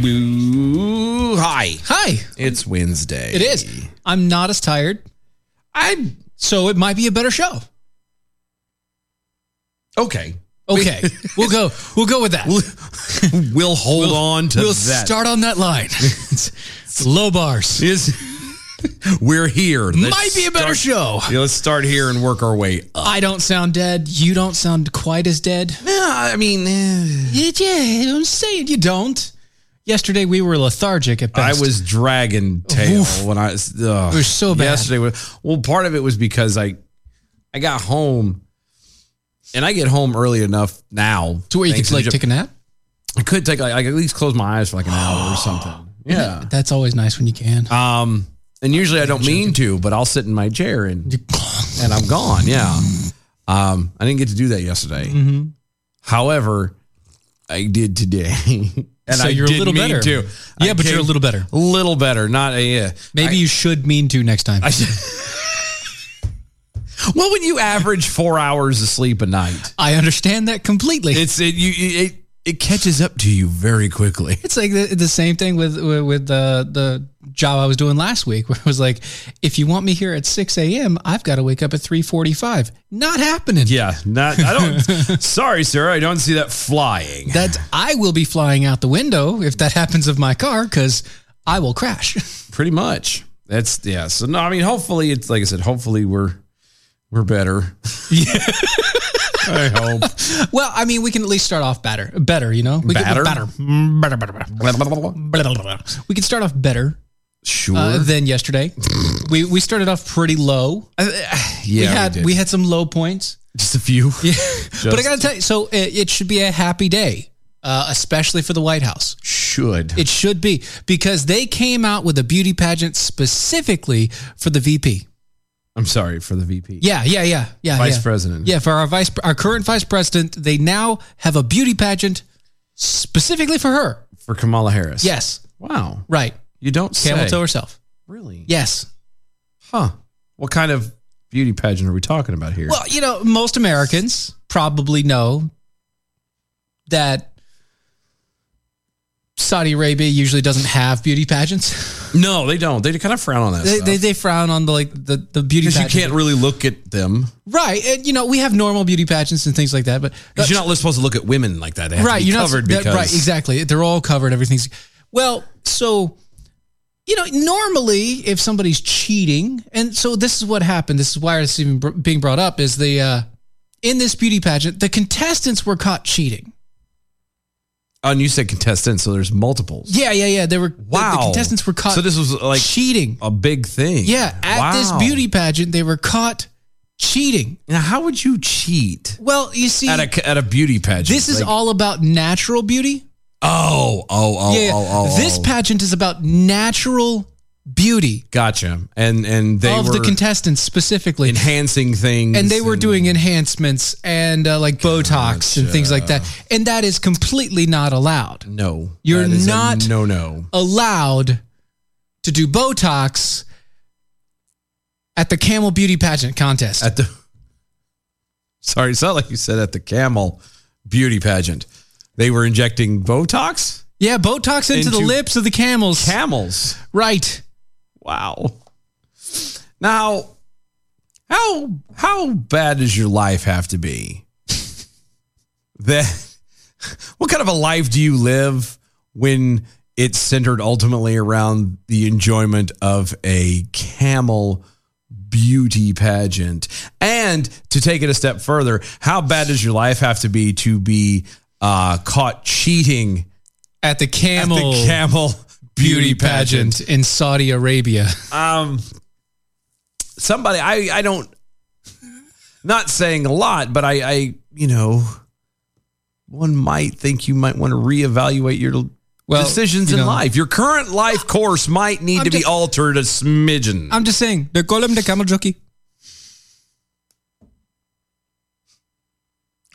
Boo-doo-boo-doo-boo. Hi, Hi, it's Wednesday. it is. I'm not as tired, I'm so it might be a better show. okay. Okay, we'll go. We'll go with that. We'll, We'll hold on to we'll that. start on that line. It's Low bars. Is we're here. Let's Might be a better show. Yeah, let's start here and work our way up. I don't sound dead. You don't sound quite as dead. I mean, eh, Yeah, yeah, I'm saying you don't. Yesterday we were lethargic at I best. was dragon tail when I was. ugh. It was so bad. Yesterday, was- well, part of it was because I, I got home, and I get home early enough now to where you thanks could like Jim- take a nap. I could take like I could at least close my eyes for like an hour or something. Yeah. That's always nice when you can. Um, and usually I don't mean to, but I'll sit in my chair and and I'm gone. Yeah. Um, I didn't get to do that yesterday. Mm-hmm. However, I did today, and So I you're a did little mean better. to. Yeah, I but you're a came- little better. a little better. Not a uh, yeah. Maybe you should mean to next time. I, Well, when you average four hours of sleep a night, understand that completely. it's it you it it catches up to you very quickly. It's like the, the same thing with with, with the, the job I was doing last week, where it was like, if you want me here at six a.m., I've got to wake up at three forty-five. Not happening. Yeah, not I don't. sorry, sir, I don't see that flying. that I will be flying out the window if that happens of my car because I will crash. pretty much that's yeah so no i mean hopefully it's like i said hopefully we're we're better i hope well, I mean, we can at least start off better, better. You know, we Batter? Can, better, Mm, better, better, better. Blah, blah, blah, blah. Blah, blah, blah, blah. We can start off better sure uh, than yesterday. we we started off pretty low. Uh, yeah we had did. we had some low points. just a few Yeah. but I got to tell you, so it, it should be a happy day, uh, especially for the White House. should It should be because they came out with a beauty pageant specifically for the VP. i'm sorry for the vp Yeah, yeah, yeah, yeah. Vice yeah. president. Yeah, for our vice, our current vice president, they now have a beauty pageant specifically for her. for kamala harris Yes, wow right. you don't Camel say toe herself. really Yes. huh what kind of beauty pageant are we talking about here Well, you know, most Americans probably know that Saudi Arabia usually doesn't have beauty pageants. no they don't they kind of frown on that They, stuff. they, they frown on the like the, the beauty because you pageant. can't really look at them right. And, you know, we have normal beauty pageants and things like that, but because you're not supposed to look at women like that. They have to right, be you're not covered that- because right, exactly. They're all covered. Everything's well. So, you know, normally if somebody's cheating, and so this is what happened. This is why it's even br- being brought up. Is the uh, in this beauty pageant, the contestants were caught cheating. Oh, and you said contestants, so there's multiples. Yeah, yeah, yeah. They were the- Wow. The, contestants were caught. So this was like cheating. a big thing. Yeah, at this Wow. beauty pageant, they were caught cheating. Now, how would you cheat Well, you see, at a at a beauty pageant? this is Like, all about natural beauty. Oh, oh, oh, yeah, yeah. oh, oh. this oh. pageant is about natural beauty Gotcha. And and they of were the contestants specifically. enhancing things, and they were doing enhancements and uh, like Botox and things like that. And that is completely not allowed. No, You're that is a not- No, no. Allowed to do Botox at the Camel Beauty Pageant contest. At the. Sorry, it's not like you said at the camel beauty pageant. They were injecting Botox yeah, Botox into, the Into- lips of the camels. camels. right. Wow. Now, how how bad does your life have to be? that what kind of a life do you live when it's centered ultimately around the enjoyment of a camel beauty pageant? And to take it a step further, how bad does your life have to be to be uh, caught cheating At the at Camel, the camel Beauty pageant in Saudi Arabia. um somebody i i don't not saying a lot but i i you know one might think you might want to reevaluate your Well, decisions you in know- life your current life course might need I'm to be just- altered a smidgen I'm just saying, they call him the camel jockey.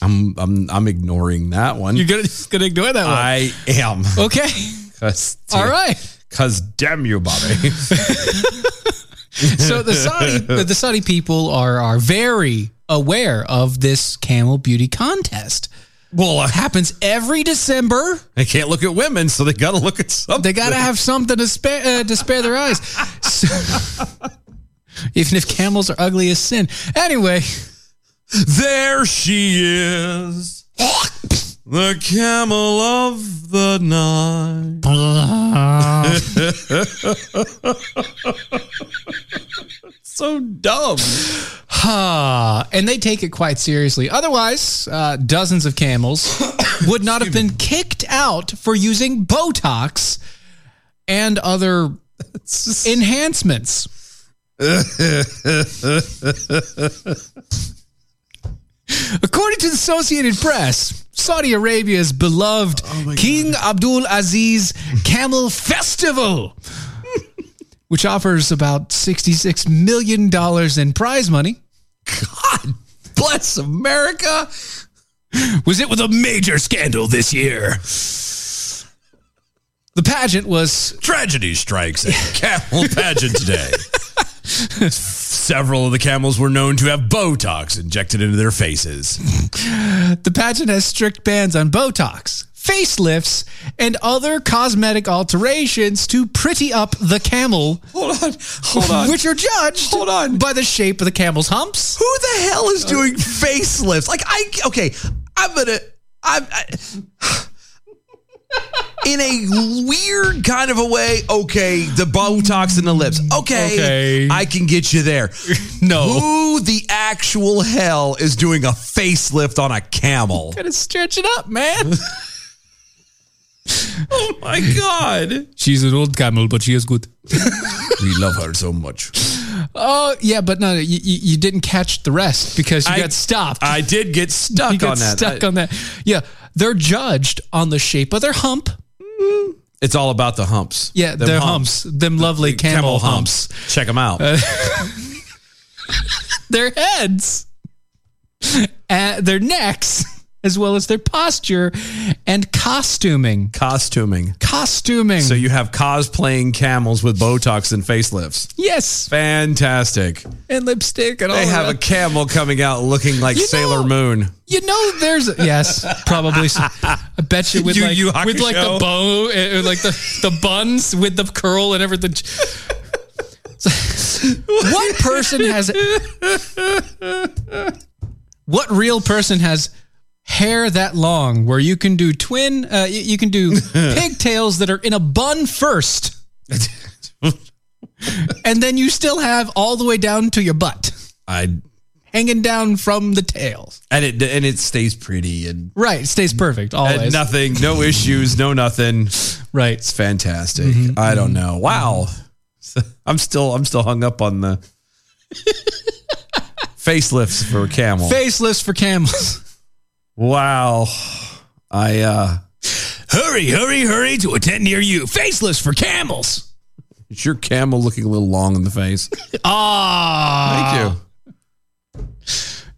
i'm i'm, I'm ignoring that one You're gonna, just gonna ignore that one. i am okay. Cause, All right. cause damn you bobby So the Saudi the Saudi people are are very aware of this camel beauty contest. well uh, Happens every December. they can't look at women so they gotta look at something They got to have something to spare uh, to spare their eyes. So- even if camels are ugly as sin. Anyway, There she is. The camel of the night. so dumb. ha, and they take it quite seriously. Otherwise, uh, dozens of camels would not have been kicked out for using Botox and other enhancements. According to the Associated Press, Saudi Arabia's beloved Oh King Abdul Aziz Camel Festival, which offers about $66 million in prize money, God bless America. was hit with a major scandal this year. The pageant was Tragedy strikes at the camel pageant today. Several of the camels were known to have Botox injected into their faces. the pageant has strict bans on Botox, facelifts, and other cosmetic alterations to pretty up the camel Hold on. Hold on. which are judged Hold on. by the shape of the camel's humps. Who the hell is doing facelifts? Like I okay, I'm gonna I'm I, in a weird kind of a way. Okay, the Botox in the lips. Okay, Okay. I can get you there. No. Who the actual hell is doing a facelift on a camel? Gotta stretch it up, man. Oh my god, She's an old camel, but she is good. we love her so much. Oh, yeah, but no, you, you, you didn't catch the rest because you I- got stopped. I did get stuck you got on that. stuck on that. Yeah, they're judged on the shape of their hump. it's all about the humps. Yeah, Them their humps. them lovely camel, humps. Uh, Check them out. their heads, uh, their necks, as well as their posture and costuming. Costuming. Costuming. So you have cosplaying camels with Botox and facelifts. yes, Fantastic. and lipstick and all. They have a that. camel coming out looking like You Sailor know- Moon. You know, there's yes, probably. so. I bet you with Yu like Yu with like the Hakusho. bow, eh, eh, like the the buns with the curl and everything. what person has? What real person has hair that long where you can do twin? Uh, y- you can do pigtails that are in a bun first, and then you still have all the way down to your butt I hanging down from the tails. and it and it stays pretty and, Right, stays perfect and always. nothing, no issues, no nothing. Right. Mm-hmm, It's fantastic. I don't know. Wow, I'm still I'm still hung up on the facelifts for camel. Faceless for camels. wow, I uh, Hurry, hurry, hurry to a tent near you. Faceless for camels. is your camel looking a little long in the face? Ah, Thank you,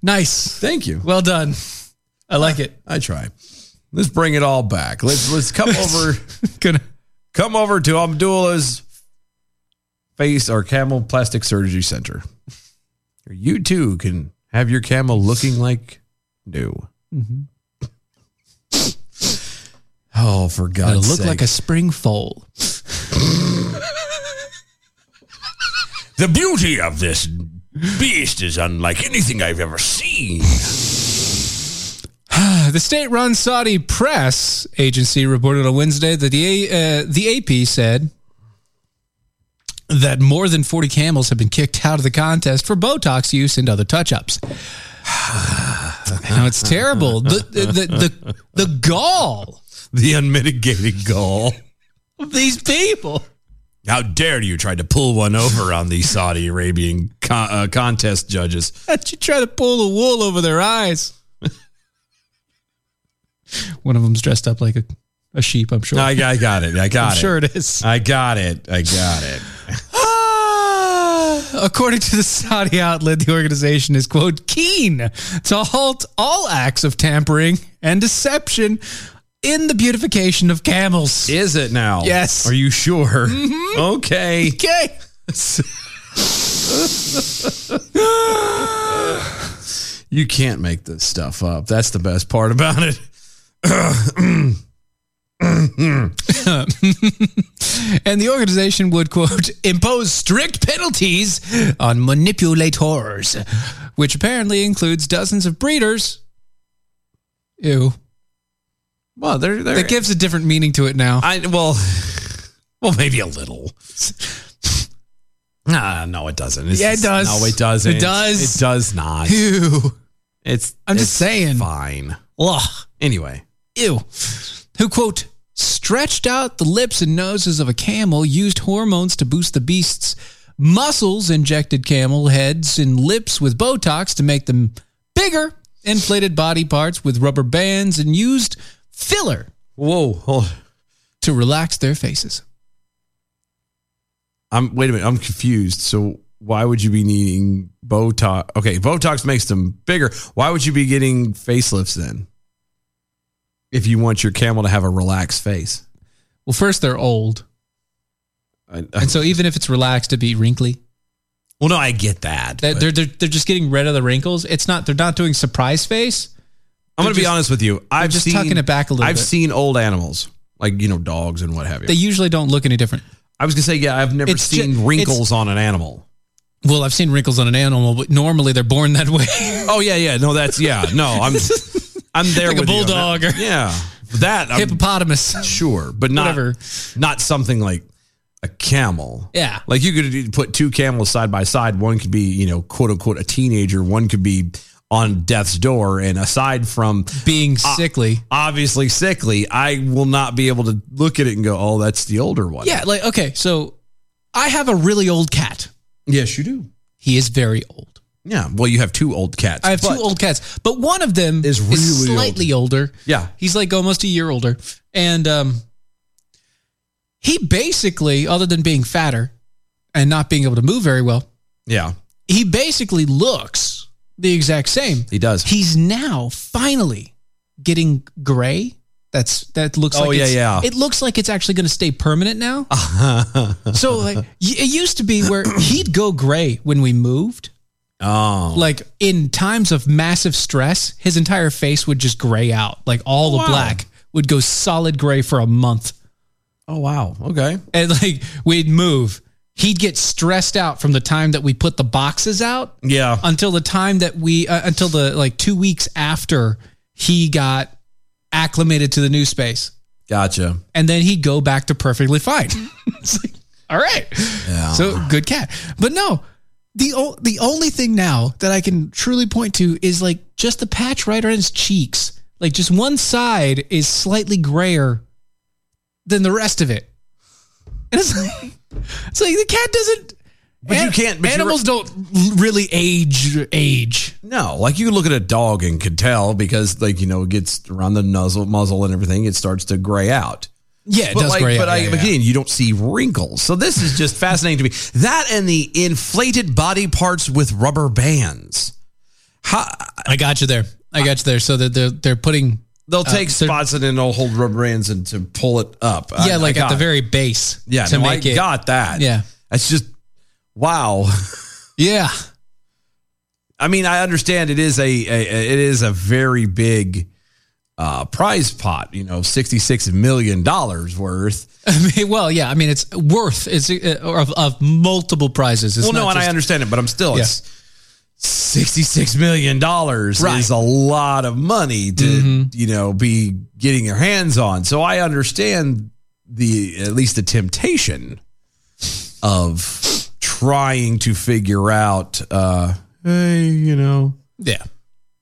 nice. thank you. Well done. I like it. I try. Let's bring it all back. Let's let's come over Gonna come over to Abdullah's face or camel plastic surgery center. You too can have your camel looking like new. Mm-hmm. Oh, for It'll God's look sake! like a spring foal. The beauty of this beast is unlike anything I've ever seen. The state-run Saudi press agency reported on Wednesday that the A, uh, the AP said that more than 40 camels have been kicked out of the contest for Botox use and other touch-ups. now it's terrible. The the the, the, the gall the unmitigated gall. of these people. How dare you try to pull one over on these Saudi Arabian con- uh, contest judges? that you try to pull the wool over their eyes. One of them's dressed up like a, a sheep, I'm sure. I, I got it. I got I'm it. sure it is. I got it. I got it. Ah, According to the Saudi outlet, the organization is, quote, keen to halt all acts of tampering and deception in the beautification of camels. Is it now? Yes. Are you sure? Okay. Mm-hmm. Okay. You can't make this stuff up. That's the best part about it. Mm-hmm. And the organization would, quote, impose strict penalties on manipulators, which apparently includes dozens of breeders. Ew. Well, they're, they're That gives a different meaning to it now. I well, well, maybe a little. Ah, no, it doesn't. It's Yeah, it does. No, it doesn't. It does. It does not. Ew. It's. I'm just it's saying. Fine. Ugh. Anyway, Ew. Who, quote, stretched out the lips and noses of a camel, used hormones to boost the beast's muscles, injected camel heads and lips with Botox to make them bigger, inflated body parts with rubber bands, and used filler whoa, hold. to relax their faces. I'm wait a minute. I'm confused. So why would you be needing Botox? Okay, Botox makes them bigger. Why would you be getting facelifts then? If you want your camel to have a relaxed face, Well, first, they're old. I, I- And so, even if it's relaxed, it'd be wrinkly. well, no, I get that. They're, but- they're, they're, they're just getting rid of the wrinkles. It's not, they're not doing surprise face. I'm going to be just- honest with you. I've just seen, tucking it back a little I've bit. seen old animals, like you know, dogs and what have you. They usually don't look any different. I was going to say, yeah, I've never It's seen ju- wrinkles on an animal. Well, I've seen wrinkles on an animal, but normally they're born that way. Oh yeah, yeah. No, that's yeah. No, I'm I'm there Like a with you on that. bulldog or- Yeah, that I'm Hippopotamus. sure, but not Whatever. not something like a camel. Yeah. like you could put two camels side by side. One could be you know quote unquote a teenager. One could be on death's door. And aside from Being sickly. obviously sickly, I will not be able to look at it and go, oh, that's the older one. Yeah, like, okay, so I have a really old cat. Yes, you do. He is very old. Yeah. Well, you have two old cats. I have two but- old cats, but one of them Is is, really slightly older. Yeah. He's like almost a year older. And um, he basically, other than being fatter and not being able to move very well, Yeah. he basically looks the exact same. He does. He's now finally getting gray. That's that looks Oh, like yeah, it's- yeah. It looks like it's actually going to stay permanent now. so like y- it used to be where he'd go gray when we moved. oh. Like in times of massive stress, his entire face would just gray out. Like all the Wow. black would go solid gray for a month. Oh, wow. Okay. And like we'd move. He'd get stressed out from the time that we put the boxes out Yeah. until the time that we uh, until the like two weeks after he got acclimated to the new space Gotcha. and then he'd go Oh. back to perfectly fine It's like, all right so good cat but no the o- the only thing now that I can truly point to is like just the patch right around his cheeks. Like just one side is slightly grayer than the rest of it. And it's like, it's like the cat doesn't. But you can't- but you animals don't l- really age. Age. No, like you can look at a dog and can tell because, like you know, it gets around the nuzzle, muzzle, and everything. It starts to gray out. Yeah, it but does like, gray. but out. I, Yeah, yeah, yeah. again, you don't see wrinkles. So this is just fascinating to me. That and the inflated body parts with rubber bands. How, I got you there. I got you there. So they're they're, they're putting uh, they'll take so- spots and then they'll hold rubber bands and to pull it up. I- yeah, I like at got the it. very base. yeah. to no, make I it. got that. Yeah. that's just wow. Yeah, I mean, I understand it is a, a it is a very big uh, prize pot. You know, sixty six million dollars worth. I mean, well, yeah. I mean, it's worth it's uh, of, of multiple prizes. It's well, no, not and I just- understand it, but I'm still it's sixty six million dollars Right. Mm-hmm. is a lot of money to you know be getting your hands on. So I understand the at least the temptation of trying to figure out. Uh, hey, you know. Yeah,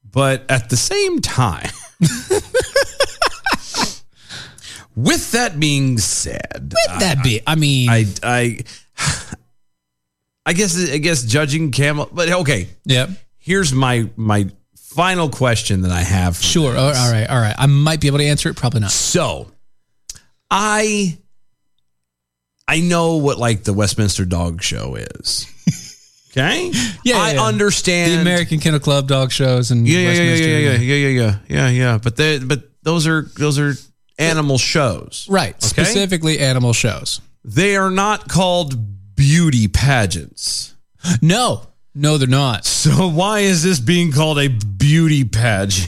but at the same time, with that being said, that'd be. I mean, I I I guess I guess judging camel, but okay. yeah, Here's my my final question that I have. for sure. All- all right, all right. I might be able to answer it. Probably not. So, I I know what like the Westminster Dog Show is. Okay. Yeah, I yeah, yeah. understand The American Kennel Club dog shows and yeah, yeah, yeah, Westminster, yeah, yeah, yeah, yeah, yeah, yeah, yeah. But they, but those are those are animal shows. Right, Okay? specifically animal shows. They are not called beauty pageants. No, no, they're not. So why is this being called a beauty pageant?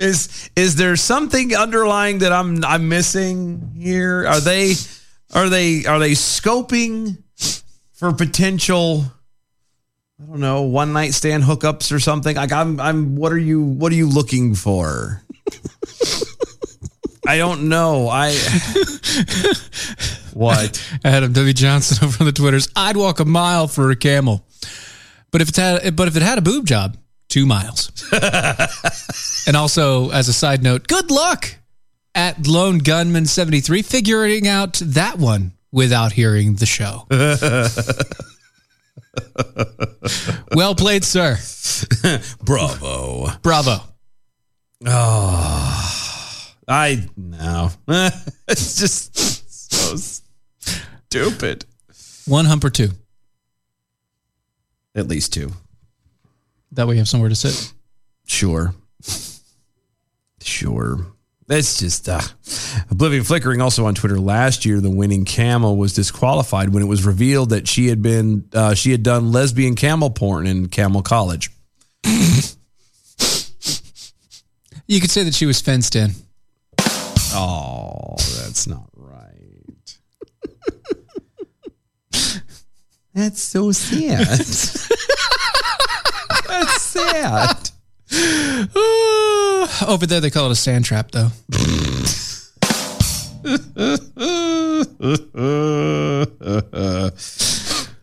is is there something underlying that I'm I'm missing here? Are they are they are they scoping for potential I don't know, one night stand hookups or something? Like I'm I'm what are you what are you looking for? I don't know. I what? Adam W. Johnson over on the Twitters. I'd walk a mile for a camel, but if it had, but if it had a boob job, two miles. and also, as a side note, good luck at Lone Gunman seventy three figuring out that one without hearing the show. well played, sir. Bravo. Bravo. Ah, I no. it's just so stupid. One hump or two. At least two. That way you have somewhere to sit. Sure. Sure. That's just uh, Oblivion Flickering also on Twitter last year the winning camel was disqualified when it was revealed that she had been uh, she had done lesbian camel porn in Camel College. You could say that she was fenced in. Oh, that's not right. that's so sad. that's sad. Over there, they call it a sand trap, though.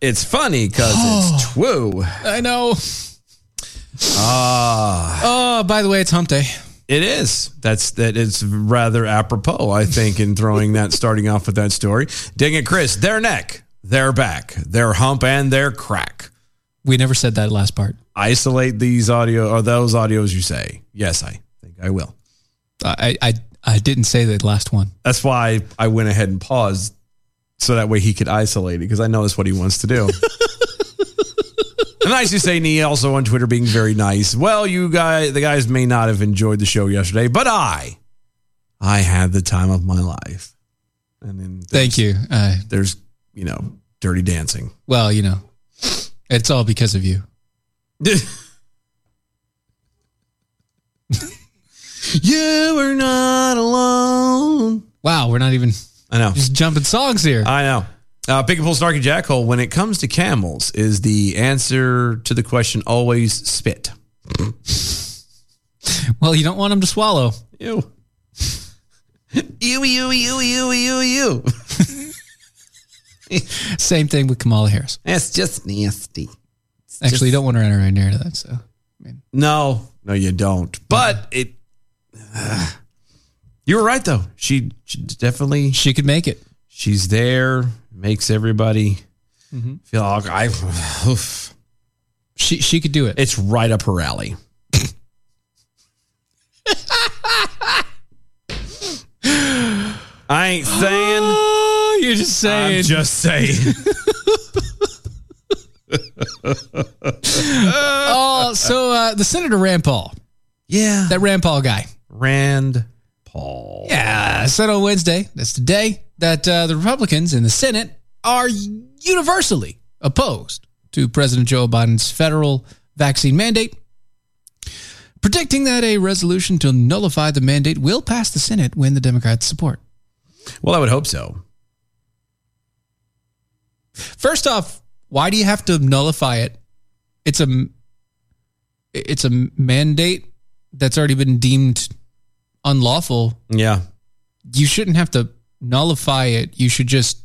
it's funny because it's true. I know. Ah. oh, by the way, it's hump day. It is. That's that. It's rather apropos, I think, in throwing that starting off with that story. Dang it, Chris! Their neck, their back, their hump, and their crack. We never said that last part. Isolate these audio or those audios you say. Yes, I think I will. I, I, I didn't say that last one. That's why I went ahead and paused so that way he could isolate it because I know that's what he wants to do. and I should say, Nee also on Twitter being very nice. Well, you guys, the guys may not have enjoyed the show yesterday, but I, I had the time of my life. And then there's- Thank you. Uh, There's, you know, dirty dancing. well, you know, it's all because of you. you were not alone. Wow, we're not even I know. just jumping songs here. I know. Uh, Pick and pull snarky jackhole. When it comes to camels, is the answer to the question always spit? well, you don't want them to swallow. Ew. ew, ew, ew, ew, ew, ew. Same thing with Kamala Harris. That's just nasty. Actually, you don't want to run right near that. So No, no, you don't. But it. ah. you were right though. She, she definitely she could make it. she's there. Makes everybody feel. Like, I. oof. Mm-hmm. She she could do it. It's right up her alley. I ain't saying. oh, you're just saying. I'm just saying. oh, so uh, the Senator Rand Paul, yeah. that Rand Paul guy. Rand Paul. Yeah, said on Wednesday, that's the day that uh, the Republicans in the Senate are universally opposed to President Joe Biden's federal vaccine mandate, predicting that a resolution to nullify the mandate will pass the Senate when the Democrats support. Well, I would hope so. First off, why do you have to nullify it? It's a it's a mandate that's already been deemed unlawful Yeah. you shouldn't have to nullify it. You should just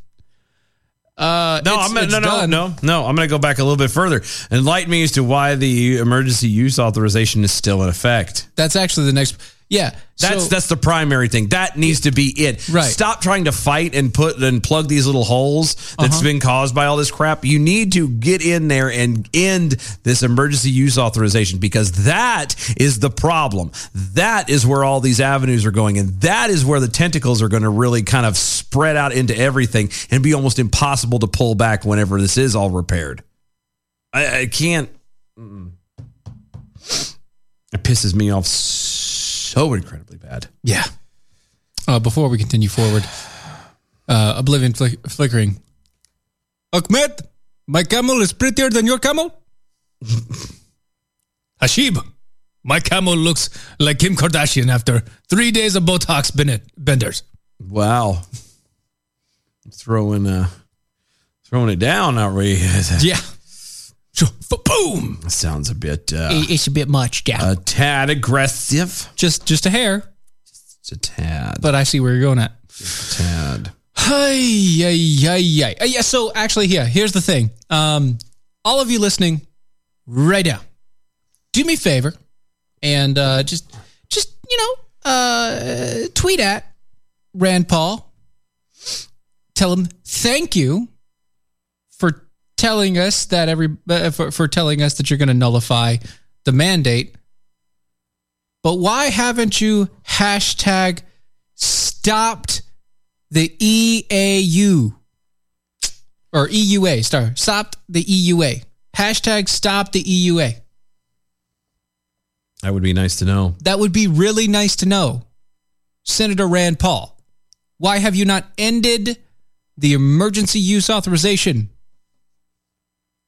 uh No, it's- I'm gonna, it's no, no, done. no, no. I'm going to go back a little bit further. Enlighten me as to why the emergency use authorization is still in effect. That's actually the next yeah. That's so, that's the primary thing. That needs to be it. Right. Stop trying to fight and put and plug these little holes that's Uh-huh. been caused by all this crap. You need to get in there and end this emergency use authorization because that is the problem. That is where all these avenues are going, and that is where the tentacles are going to really kind of spread out into everything and be almost impossible to pull back whenever this is all repaired. I, I can't. mm. It pisses me off so incredibly bad. yeah. Uh, before we continue forward, uh, Oblivion flick- flickering. Ahmed, my camel is prettier than your camel. Hashib, my camel looks like Kim Kardashian after three days of Botox bennett benders. Wow. Throwing uh throwing it down are we? That Yeah. Sure. Boom. sounds a bit uh, It's a bit much, yeah. a tad aggressive. just just a hair, It's a tad. but I see where you're going at. tad. Hi, yay, yay, yay. Uh, yeah, so actually, yeah, here's the thing. Um, all of you listening right now, do me a favor and uh, just, just you know, uh, tweet at Rand Paul. Tell him thank you for telling us that every uh, for, for telling us that you're going to nullify the mandate. But why haven't you hashtag stopped? the EAU or EUA. Sorry, stop the EUA. Hashtag stop the E EUA. That would be nice to know. That would be really nice to know, Senator Rand Paul. Why have you not ended the emergency use authorization?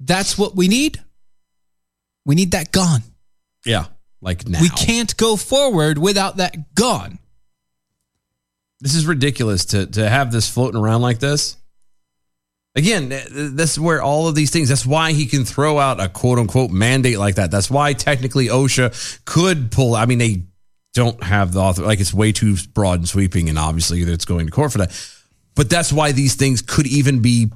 That's what we need. We need that gone. Yeah. Like now. We can't go forward without that gone. This is ridiculous to to have this floating around like this. Again, th- th- that's where all of these things. That's why he can throw out a quote unquote mandate like that. That's why technically OSHA could pull. I mean, they don't have the author. Like it's way too broad and sweeping, and obviously it's going to court for that. But that's why these things could even be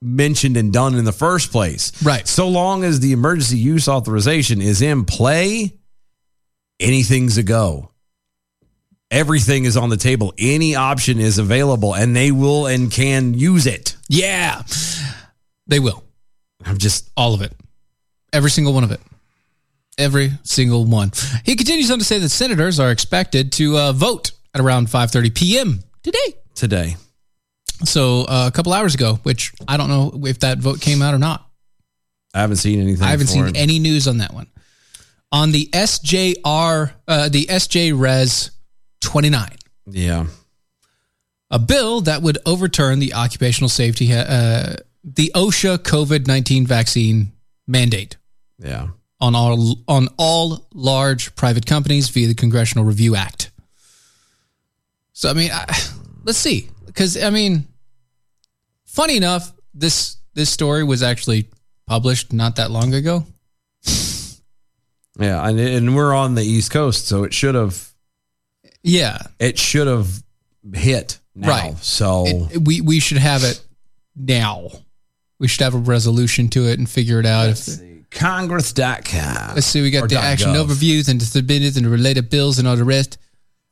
mentioned and done in the first place. Right. So long as the emergency use authorization is in play, anything's a go everything is on the table. Any option is available, and they will and can use it. Yeah. They will. I'm just All of it. Every single one of it. Every single one. He continues on to say that senators are expected to uh, vote at around 5:30 p.m. today. today. So uh, a couple hours ago, which I don't know if that vote came out or not. I haven't seen anything. I haven't for seen it. any news on that one. On the SJR, uh, the SJ Res 29, Yeah, a bill that would overturn the occupational safety, uh, the OSHA COVID 19 vaccine mandate. yeah. on all on all large private companies via the Congressional Review Act. So I mean, I, let's see, because I mean, funny enough, this this story was actually published not that long ago. Yeah, and, and we're on the East Coast, so it should have Yeah, it should have hit now. Right. So Oh. It- we we should have it now. We should have a resolution to it and figure it out. If, Congress.com. let's see, we Or got the dot action gov. overviews and the submitted and the related bills and all the rest.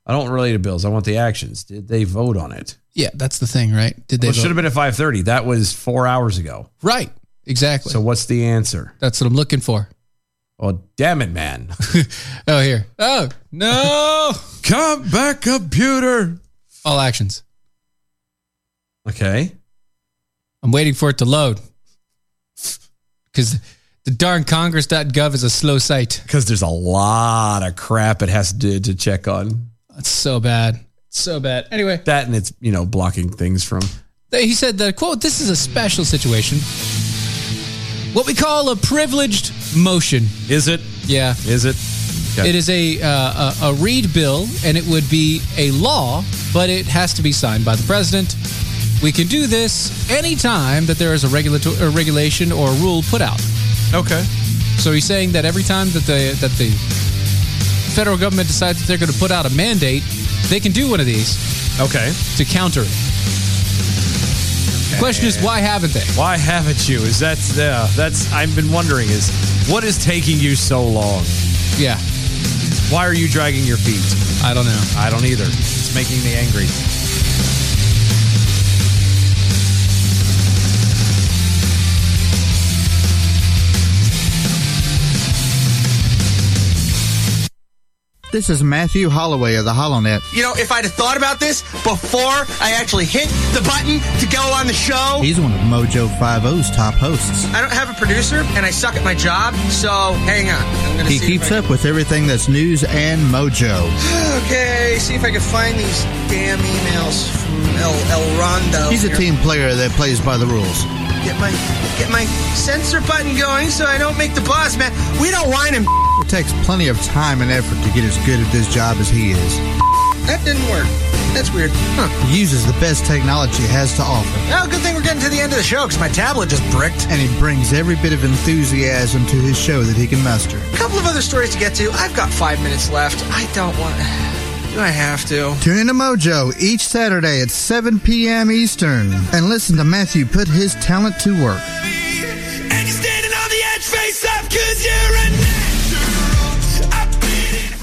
I don't relate to bills. I want the actions. Did they vote on it? Yeah, that's the thing, right? Did they? Well, it should vote? have been at 5:30. That was 4 hours ago. Right, exactly. So what's the answer? that's what I'm looking for. Oh, damn it, man. Oh, here. Oh no! oh, Come back, computer. all actions. Okay. I'm waiting for it to load because the darn Congress.gov is a slow site. Because there's a lot of crap it has to, to check on. It's so bad, so bad. Anyway, That and it's, you know, blocking things from. He said that, quote, this is a special situation. What we call a privileged motion. Is it? Yeah. Is it? Okay. It is a, uh, a, a read bill, and it would be a law, but it has to be signed by the president. We can do this anytime that there is a regulatory or regulation or rule put out. Okay. So he's saying that every time that the that the federal government decides that they're going to put out a mandate, they can do one of these Okay. to counter it. The question is, why haven't they? Why haven't you? Is that, yeah, that's, I've been wondering is what is taking you so long? Yeah, Why are you dragging your feet? I don't know. I don't either. It's making me angry. This is Matthew Holloway of the HollowNet. You know, if I'd have thought about this before I actually hit the button to go on the show, He's one of Mojo 50's top hosts. I don't have a producer and I suck at my job. So hang on, I'm gonna He see. if keeps I up with everything that's news and mojo. can- Okay, see if I can find these damn emails from El El Rondo. He's a here. team player that plays by the rules. Get my get my sensor button going so I don't make the boss mad. We don't whine him. It takes plenty of time and effort to get as good at this job as he is. That didn't work. That's weird. Huh. He uses the best technology it has to offer, Well, good thing we're getting to the end of the show because my tablet just bricked. and he brings every bit of enthusiasm to his show that he can muster. A couple of other stories to get to. I've got five minutes left. I don't want. Do I have to? Tune into Mojo each Saturday at 7 p.m. Eastern and listen to Matthew put his talent to work. And you're standing on the edge, face up, cause you're a natural. I beat it.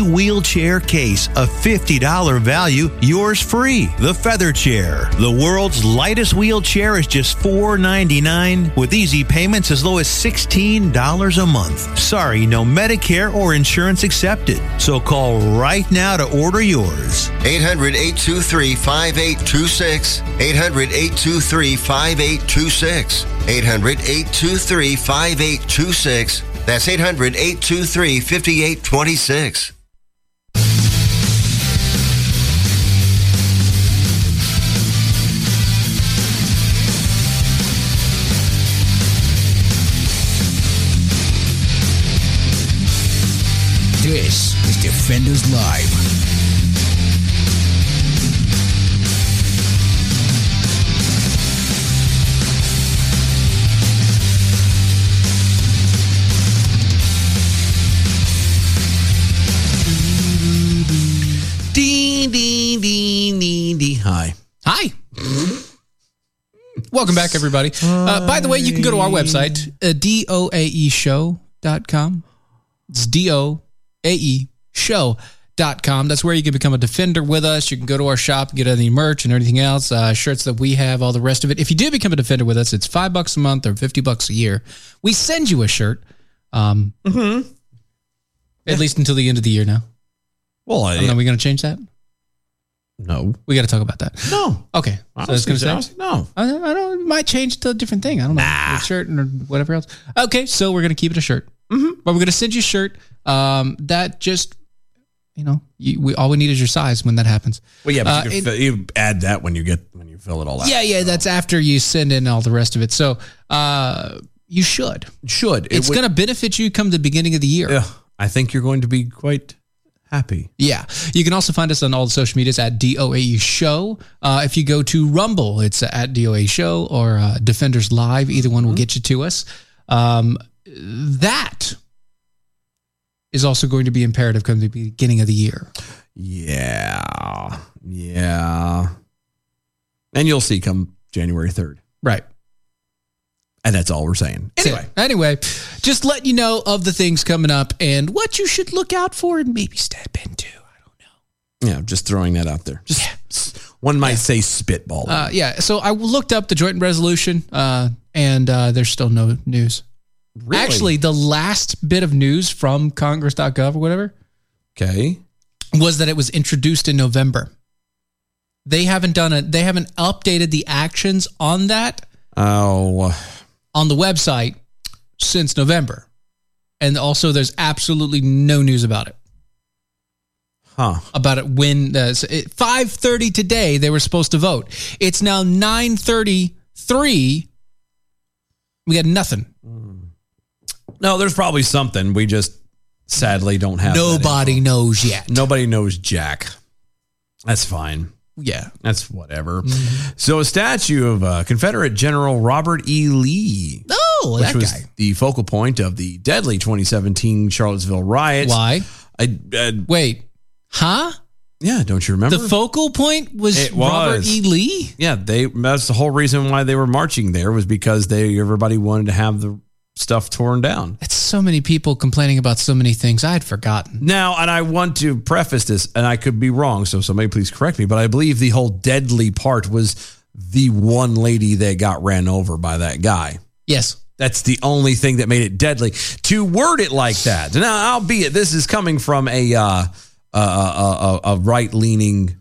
wheelchair case, a $50 value, yours free. The Feather Chair. The world's lightest wheelchair is just $4.99 with easy payments as low as $16 a month. Sorry, no Medicare or insurance accepted. So call right now to order yours. 800 823 5826. 800 823 5826. 800 823 5826. That's 800 823 5826. This is Defenders Live. Dee, dee, dee, dee, dee. Hi. Hi. Welcome back, everybody. Uh, by the way, you can go to our website, uh, doaeshow.com. It's D-O-A-E show.com. That's where you can become a defender with us. You can go to our shop and get any merch and everything else, uh, shirts that we have, all the rest of it. If you do become a defender with us, it's five bucks a month or 50 bucks a year. We send you a shirt. Um, At least until the end of the year now. Well, I, I don't know. Are we going to change that? no. We got to talk about that. No. Okay. So that's going to say. No. I don't, I don't. It might change to a different thing. I don't know. A shirt or whatever else. Okay, so we're gonna keep it a shirt. Mm-hmm. But we're gonna send you a shirt. Um, that just, you know, you, we all we need is your size when that happens. Well, yeah, but you, Uh, can it- fi- you add that when you get when you you fill it all out. yeah, yeah. That's after you send in all the rest of it. So uh, you should. Should. It It's would- going to benefit you come the beginning of the year. Yeah. I think you're going to be quite happy. Yeah. You can also find us on all the social medias at DOAE E Show. Uh, if you go to Rumble, it's at DOAE Show or uh, Defenders Live. Either one will get you to us. Um, that is also going to be imperative come the beginning of the year. Yeah. Yeah. And you'll see come January 3rd. Right. And that's all we're saying. Anyway. Anyway, just let you know of the things coming up and what you should look out for and maybe step into. Yeah, just throwing that out there. Just one might say spitball. Uh, yeah. So I looked up the joint resolution uh, and uh, there's still no news. Really? Actually, the last bit of news from congress.gov or whatever okay. was that it was introduced in November. They haven't done it. They haven't updated the actions on that Oh, on the website since November. And also there's absolutely no news about it. huh. About it when the so it- 5:30 today they were supposed to vote. It's now 9:33. We got nothing. No, there's probably something. We just sadly don't have. that Nobody knows yet. info. Nobody knows Jack. That's fine. Yeah. Mm-hmm. That's whatever. So, a statue of uh, Confederate General Robert E. Lee. Oh, which that was guy. the focal point of the deadly 2017 Charlottesville riots. Why? I, I, Wait. Huh? yeah, don't you remember? The focal point was, It Robert was. E. Lee? yeah, they. That's the whole reason why they were marching there was because they everybody wanted to have the stuff torn down. That's so many people complaining about so many things I had forgotten. Now, and I want to preface this, and I could be wrong, so somebody please correct me, but I believe the whole deadly part was the one lady that got ran over by that guy. Yes. That's the only thing that made it deadly. To word it like that, now, albeit this is coming from a uh, a, a, a, a right leaning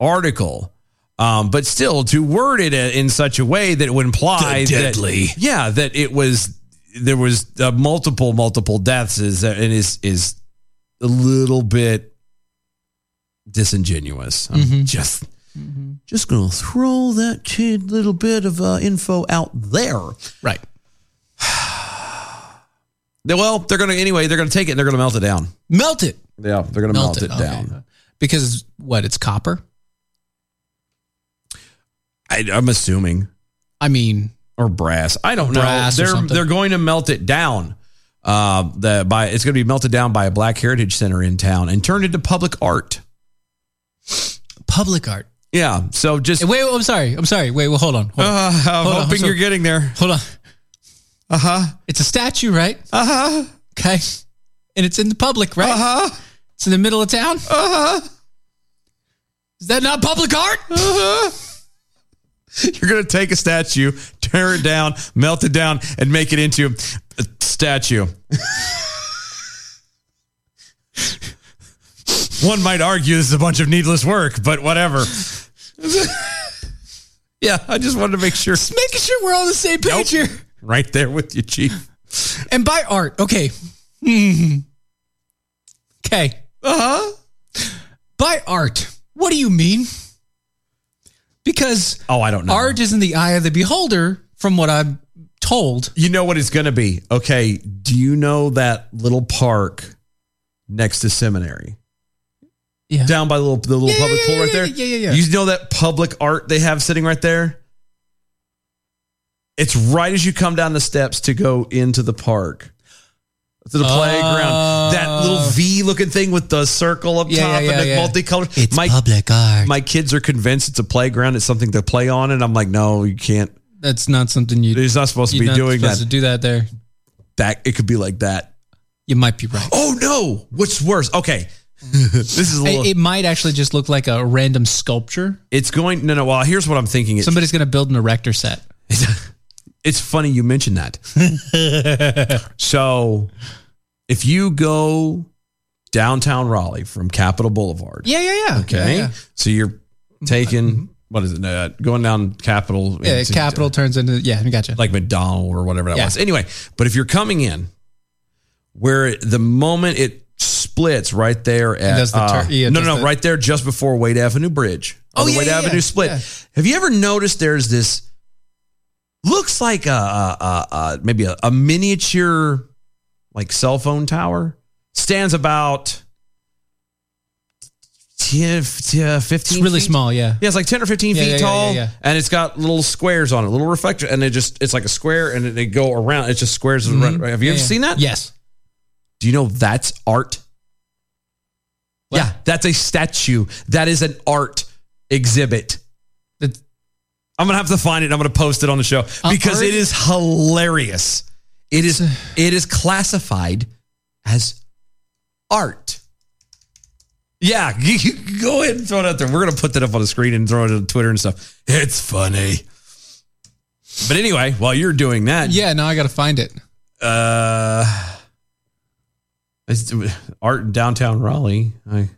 article, um, but still to word it in such a way that it would imply The that- deadly. yeah, that it was there was uh, multiple multiple deaths is uh, and is is a little bit disingenuous. I'm just just gonna throw that kid little bit of uh, info out there. Right. They- Well, they're gonna anyway. They're gonna take it. and They're gonna melt it down. Melt it. Yeah, they're gonna melt, it, okay. down. Because what? It's copper? I, I'm assuming I mean, or brass. I don't Brass or know. They're something. they're going to melt it down. Uh, the by it's gonna be melted down by a Black Heritage Center in town and turned into public art. public art. Yeah. So just Wait, wait, I'm sorry. I'm sorry. Wait, well, hold on. Hold on. Uh, I'm Hold on, hoping so- you're getting there. hold on. Uh huh. It's a statue, right? Uh huh. Okay. And it's in the public, right? Uh huh. It's in the middle of town. Uh huh. Is that not public art? You're gonna take a statue, tear it down, melt it down, and make it into a statue. One might argue this is a bunch of needless work, but whatever. yeah, I just wanted to make sure. Just making sure we're all on the same page Nope. here. Right there with you, Chief. And by art, okay. Okay. Uh huh. By art, what do you mean? Because Oh, I don't know. art is in the eye of the beholder, from what I'm told. you know what it's going to be. Okay. Do you know that little park next to seminary? Yeah. Down by the little, the little Yeah, public yeah, pool yeah, right yeah, there? yeah, yeah, yeah. You know that public art they have sitting right there? It's right as you come down the steps to go into the park. To the Oh. playground. That little V looking thing with the circle up Yeah, top yeah, and the yeah, yeah. multicolored. It's my, public art. my kids are convinced it's a playground. It's something to play on. And I'm like, no, you can't. That's not something you He's not supposed to you're be not doing supposed that. to do that there. that it could be like that. You might be right. Oh no! What's worse? Okay, this is a little. It, it might actually just look like a random sculpture. it's going. No, no. Well, here's what I'm thinking. It's, Somebody's going to build an erector set. it's funny you mentioned that. so, if you go downtown Raleigh from Capitol Boulevard, Yeah, yeah, yeah. okay, Yeah, Mm-hmm. so you're taking what is it? Uh, going down Capitol. yeah. Yeah, into- capital turns into yeah. I Gotcha. like McDonald or whatever that Yeah. was. Anyway, but if you're coming in, where the moment it splits right there at does the tur- uh, yeah, no does no the- Oh, right there just before Wade Avenue Bridge. on the yeah, way to yeah, Avenue yeah, Split. yeah. Have you ever noticed there's this looks like a, a, a, a maybe a, a miniature like cell phone tower stands about 10, 10 15 it's really small, yeah. yeah, it's like 10 or 15 Yeah, feet yeah, yeah, tall. yeah, yeah. And it's got little squares on it, little reflector. And it just, it's like a square and they go around. It's just squares. and run- Have you Yeah, ever Mm-hmm. yeah. seen that? Yes. Do you know that's art? Yeah, that's a statue. That is an art exhibit. I'm going to have to find it. and I'm going to post it on the show because art- it is hilarious. It is, it is classified as art. Yeah, you- you go ahead and throw it out there. We're gonna put that up on the screen and throw it on Twitter and stuff. It's funny. But anyway, while you're doing that, Yeah, now I got to find it. uh, it's- art in downtown Raleigh. I,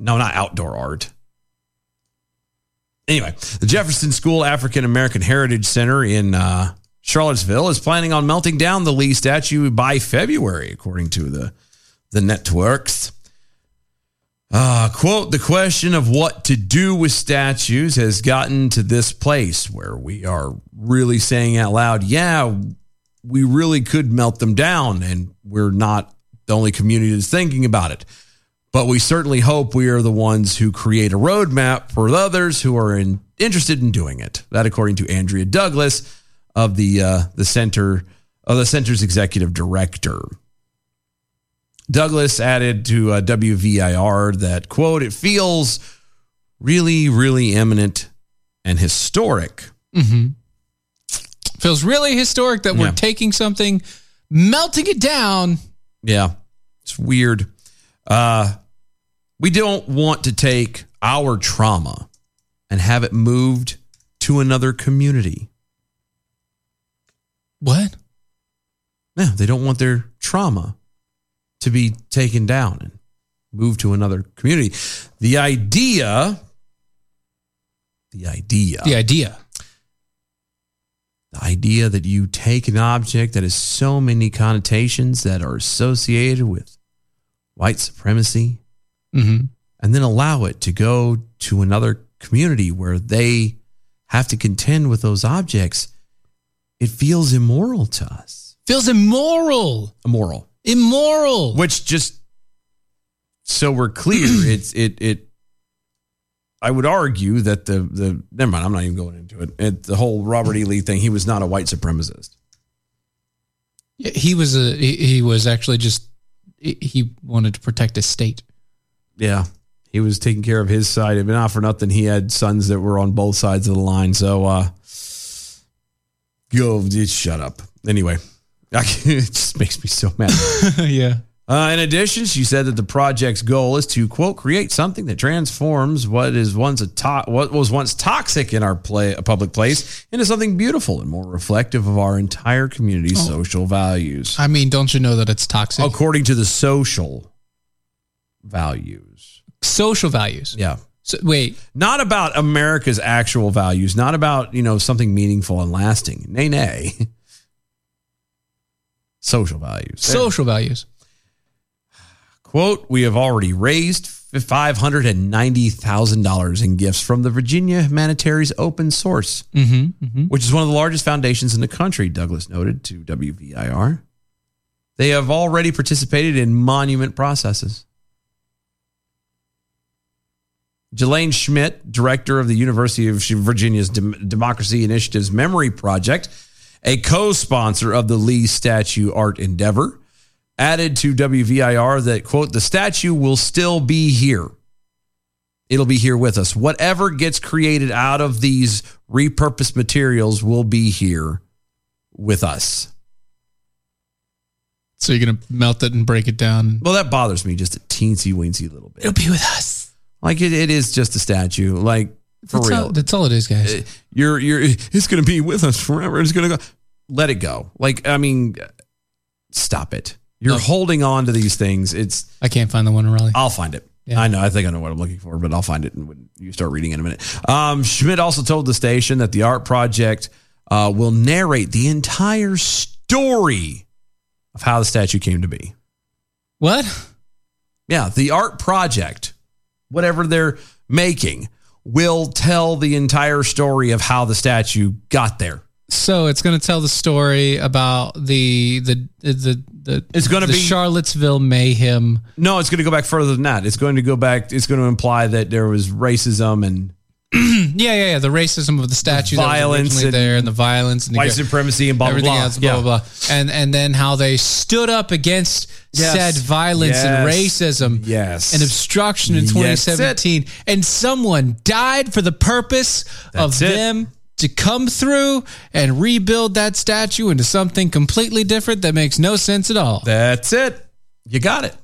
no, not outdoor art. Anyway, the Jefferson School African American Heritage Center in uh, Charlottesville is planning on melting down the Lee statue by February, according to the the networks. Uh, quote, the question of what to do with statues has gotten to this place where we are really saying out loud, yeah, we really could melt them down, and we're not the only community that's thinking about it. But we certainly hope we are the ones who create a roadmap for others who are in, interested in doing it. That, according to Andrea Douglas of the uh, the center of the center's executive director. Douglas added to uh, WVIR that quote, "It feels really, really imminent and historic." Mm-hmm. Feels really historic that we're taking something, melting it down. Yeah, it's weird. Uh, we don't want to take our trauma and have it moved to another community. What? No, they don't want their trauma to be taken down and moved to another community. The idea, the idea, The idea. the idea that you take an object that has so many connotations that are associated with white supremacy Mm-hmm. and then allow it to go to another community where they have to contend with those objects, it feels immoral to us. Feels immoral. Immoral. Immoral. Which just so we're clear, it's it it I would argue that the the never mind, I'm not even going into it. it. The whole Robert E. Lee thing, he was not a white supremacist. Yeah, He was a. He, he was actually just. he- He wanted to protect his state. Yeah. He was taking care of his side. And not for nothing, he had sons that were on both sides of the line. So, uh, go, just shut up. Anyway, I can, it just makes me so mad. yeah. Uh, in addition, she said that the project's goal is to quote create something that transforms what is once a to- what was once toxic in our play- public place into something beautiful and more reflective of our entire community's social values. Oh. I mean, don't you know that it's toxic? According to the social values. Social values. Yeah. So, wait. Not about America's actual values, not about, you know, something meaningful and lasting. Nay, nay. Social values. Social values. Quote, we have already raised $590,000 in gifts from the Virginia Humanitaries Open Source, Mm-hmm. which is one of the largest foundations in the country, Douglas noted to WVIR. They have already participated in monument processes. Jelaine Schmidt, director of the University of Virginia's Dem- Democracy Initiative's Memory Project, a co sponsor of the Lee Statue Art Endeavor, added to WVIR that, quote, the statue will still be here. It'll be here with us. Whatever gets created out of these repurposed materials will be here with us. So you're gonna melt it and break it down. Well, that bothers me just a teensy weensy little bit. It'll be with us. Like it, it is just a statue. Like for That's real, all, that's all it is, guys. Uh, you're you're it's gonna be with us forever. It's gonna go. Let it go. Like I mean, stop it. You're holding on to these things. It's I can't find the one in Raleigh. I'll find it. I know. I think I know what I'm looking for, but I'll find it when you start reading in a minute. Um, Schmidt also told the station that the art project uh, will narrate the entire story of how the statue came to be. What? Yeah, the art project whatever they're making will tell the entire story of how the statue got there. So it's going to tell the story about the the the the. It's going to the be Charlottesville mayhem. No, it's going to go back further than that. It's going to go back. It's going to imply that there was racism and Hmm, yeah, yeah, yeah. The racism of the statue, that was violence originally and there, and the violence, and the white gr- supremacy and blah, blah, everything blah. else, blah, Yeah. blah, blah, and and then how they stood up against Yes. said violence and Yes. racism, Yes. and obstruction in Yes, that's it. 2017, and someone died for the purpose That's of it. them. To come through and rebuild that statue into something completely different that makes no sense at all. That's it. You got it.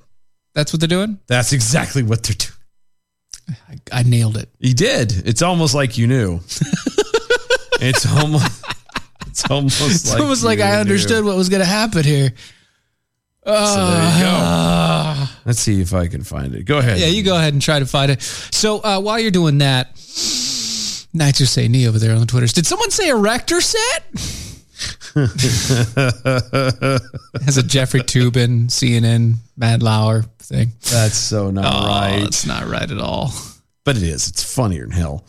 That's what they're doing. That's exactly what they're doing. I nailed it. He did. It's almost like you knew. it's almost. It's almost. It's like almost like you I knew. understood what was going to happen here. So there you go. Ah. Let's see if I can find it. Go ahead. Yeah, you go ahead and try to find it. So uh, while you're doing that, not just say knee over there on the Twitters. Did someone say erector set? Has a Jeffrey Tubin, CNN, Mad Lauer thing. That's so not Oh, right. It's not right at all. But it is. It's funnier than hell.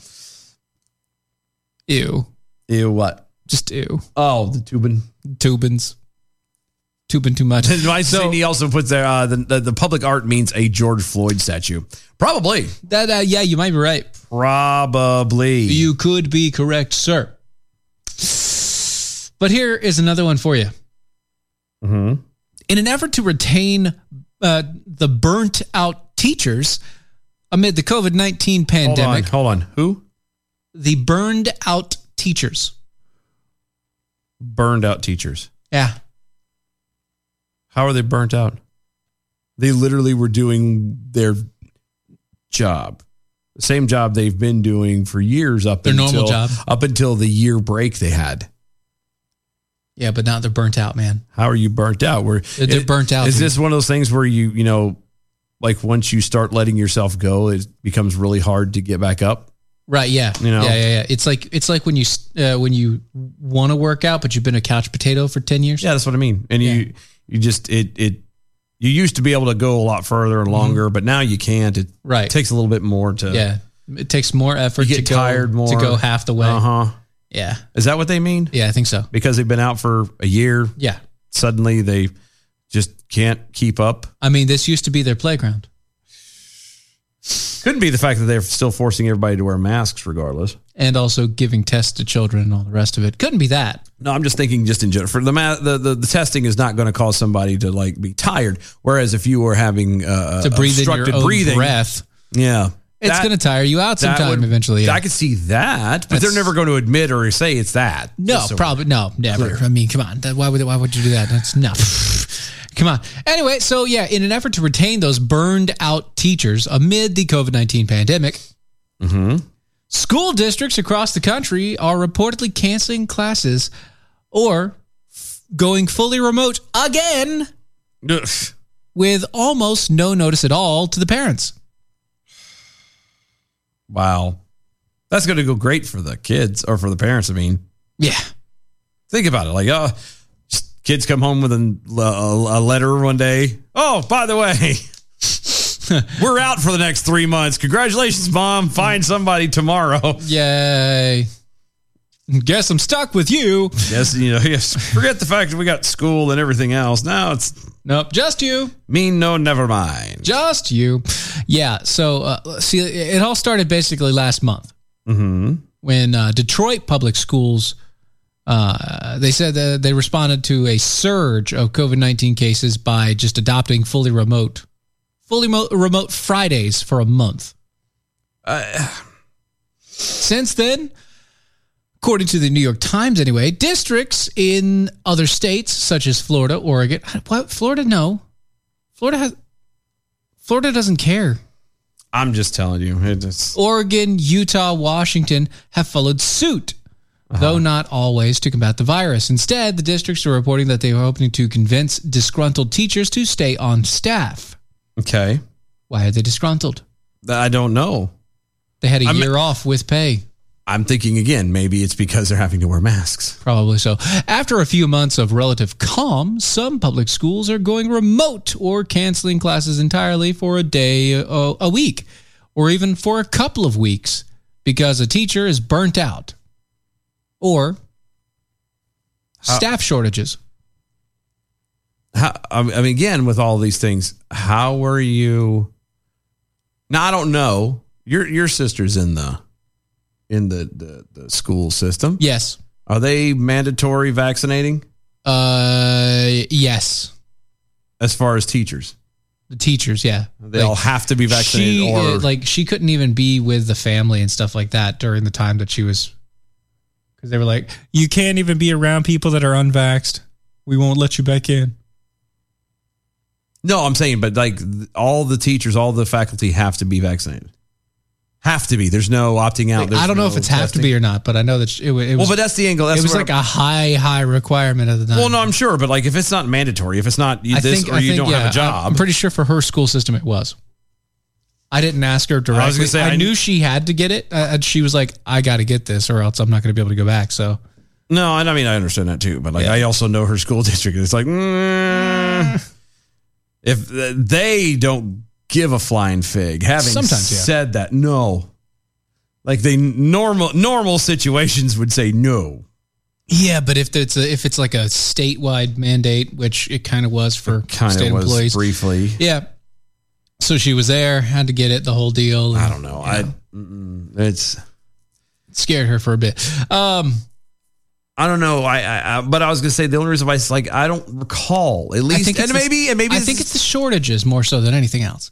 Ew. Ew. What? Just ew. Oh, the Tubin. Tubins. Tubin too much. I so, he also puts there uh, the, the the public art means a George Floyd statue. Probably. That uh, yeah, you might be right. Probably. You could be correct, sir. But here is another one for you. Mm-hmm. In an effort to retain uh, the burnt out teachers amid the COVID 19 Hold on. pandemic, Hold on. Who the burned out teachers. burned out teachers? Yeah. How are they burnt out? They literally were doing their job, the same job they've been doing for years up Their until normal job. up until the year break they had. Yeah, but now they're burnt out, man. How are you burnt out? Where They're- they're burnt out, Is dude. this one of those things where you you know, like once you start letting yourself go, it becomes really hard to get back up. Right. Yeah. You know? Yeah. Yeah. Yeah. It's like it's like when you uh, when you want to work out, but you've been a couch potato for ten years. Yeah, that's what I mean. And you you just it it you used to be able to go a lot further and longer, but now you can't. It Mm-hmm. Right. takes a little bit more to Yeah. It takes more effort You get to tired go, more to go half the way. Uh huh. Yeah. Is that what they mean? Yeah, I think so. Because they've been out for a year. Yeah. Suddenly they just can't keep up. I mean, this used to be their playground. Couldn't be the fact that they're still forcing everybody to wear masks, regardless. and also giving tests to children and all the rest of it. Couldn't be that. No, I'm just thinking just in general. For the ma- the, the the testing is not going to cause somebody to like be tired. Whereas if you were having uh, To breathe in your obstructed own breathing, breath. yeah, It's That- going to tire you out that sometime would- eventually. yeah. I could see that, but they're That's- never going to admit or say it's that. no, Just so- probably no, never. Clear. I mean, come on. That, why would why would you do that? That's no. come on. Anyway, so yeah, in an effort to retain those burned out teachers amid the COVID nineteen pandemic, Mm-hmm. school districts across the country are reportedly canceling classes or f- going fully remote again with almost no notice at all to the parents. Wow, that's going to go great for the kids or for the parents. I mean, Yeah. think about it. Like, uh, just kids come home with an, a, a letter one day. Oh, by the way, we're out for the next three months. Congratulations, mom. Find somebody tomorrow. Yay. Guess I'm stuck with you. Yes, you know, yes. Forget the fact that we got school and everything else. Now it's Nope, just you. mean. No, never mind. Just you. Yeah. So, uh, see, it all started basically last month Mm-hmm. when uh, Detroit public schools. Uh, they said that they responded to a surge of COVID 19 cases by just adopting fully remote, fully mo- remote Fridays for a month. Uh, Since then, according to the New York Times, anyway, districts in other states such as Florida, Oregon, what Florida? No, Florida has Florida doesn't care. I'm just telling you. It just, Oregon, Utah, Washington have followed suit, Uh-huh. though not always to combat the virus. Instead, the districts are reporting that they are hoping to convince disgruntled teachers to stay on staff. okay. Why are they disgruntled? I don't know. They had a I mean- year off with pay. I'm thinking again, maybe it's because they're having to wear masks. Probably so. After a few months of relative calm, some public schools are going remote or canceling classes entirely for a day a, a week or even for a couple of weeks because a teacher is burnt out or staff shortages. how, I mean, again, with all these things, how were you? Now I don't know. Your your sister's in the in the the, the school system. Yes. Are they mandatory vaccinating? Uh, yes. As far as teachers, the teachers, yeah, they Like, all have to be vaccinated. She, or uh, like she couldn't even be with the family and stuff like that during the time that she was because they were like, you can't even be around people that are unvaxxed. We won't let you back in. no, I'm saying, but like th- all the teachers, all the faculty have to be vaccinated. Have to be. There's no opting out. Like, I don't know if it's have to be or not, but I know that sh- it, wa- it Well, was. but that's the angle. That's it was where- like a high, high requirement at the time. Well, no, I'm sure, but like if it's not mandatory, if it's not you, I this think- or I you think, don't have yeah, a job, I'm pretty sure for her school system it was. I didn't ask her directly. I, gonna say, I- knew she had to get it, uh, and she was like, "I got to get this, or else I'm not going to be able to go back." So No, and I mean I understand that too, but like I also know her school district. and It's like mm, if th- they don't give a flying fig. Having Sometimes, yeah. said that, no, like they normal normal situations would say no. Yeah, but if it's a, if it's like a statewide mandate, which it kind of was for Kind state of was employees, briefly. yeah. So she was there, had to get it, the whole deal. I don't know. I mm, it's scared her for a bit. Um, I don't know. I, I, I but I was gonna say the only reason why it's like I don't recall at least, and the- maybe and maybe I think it's the shortages more so than anything else.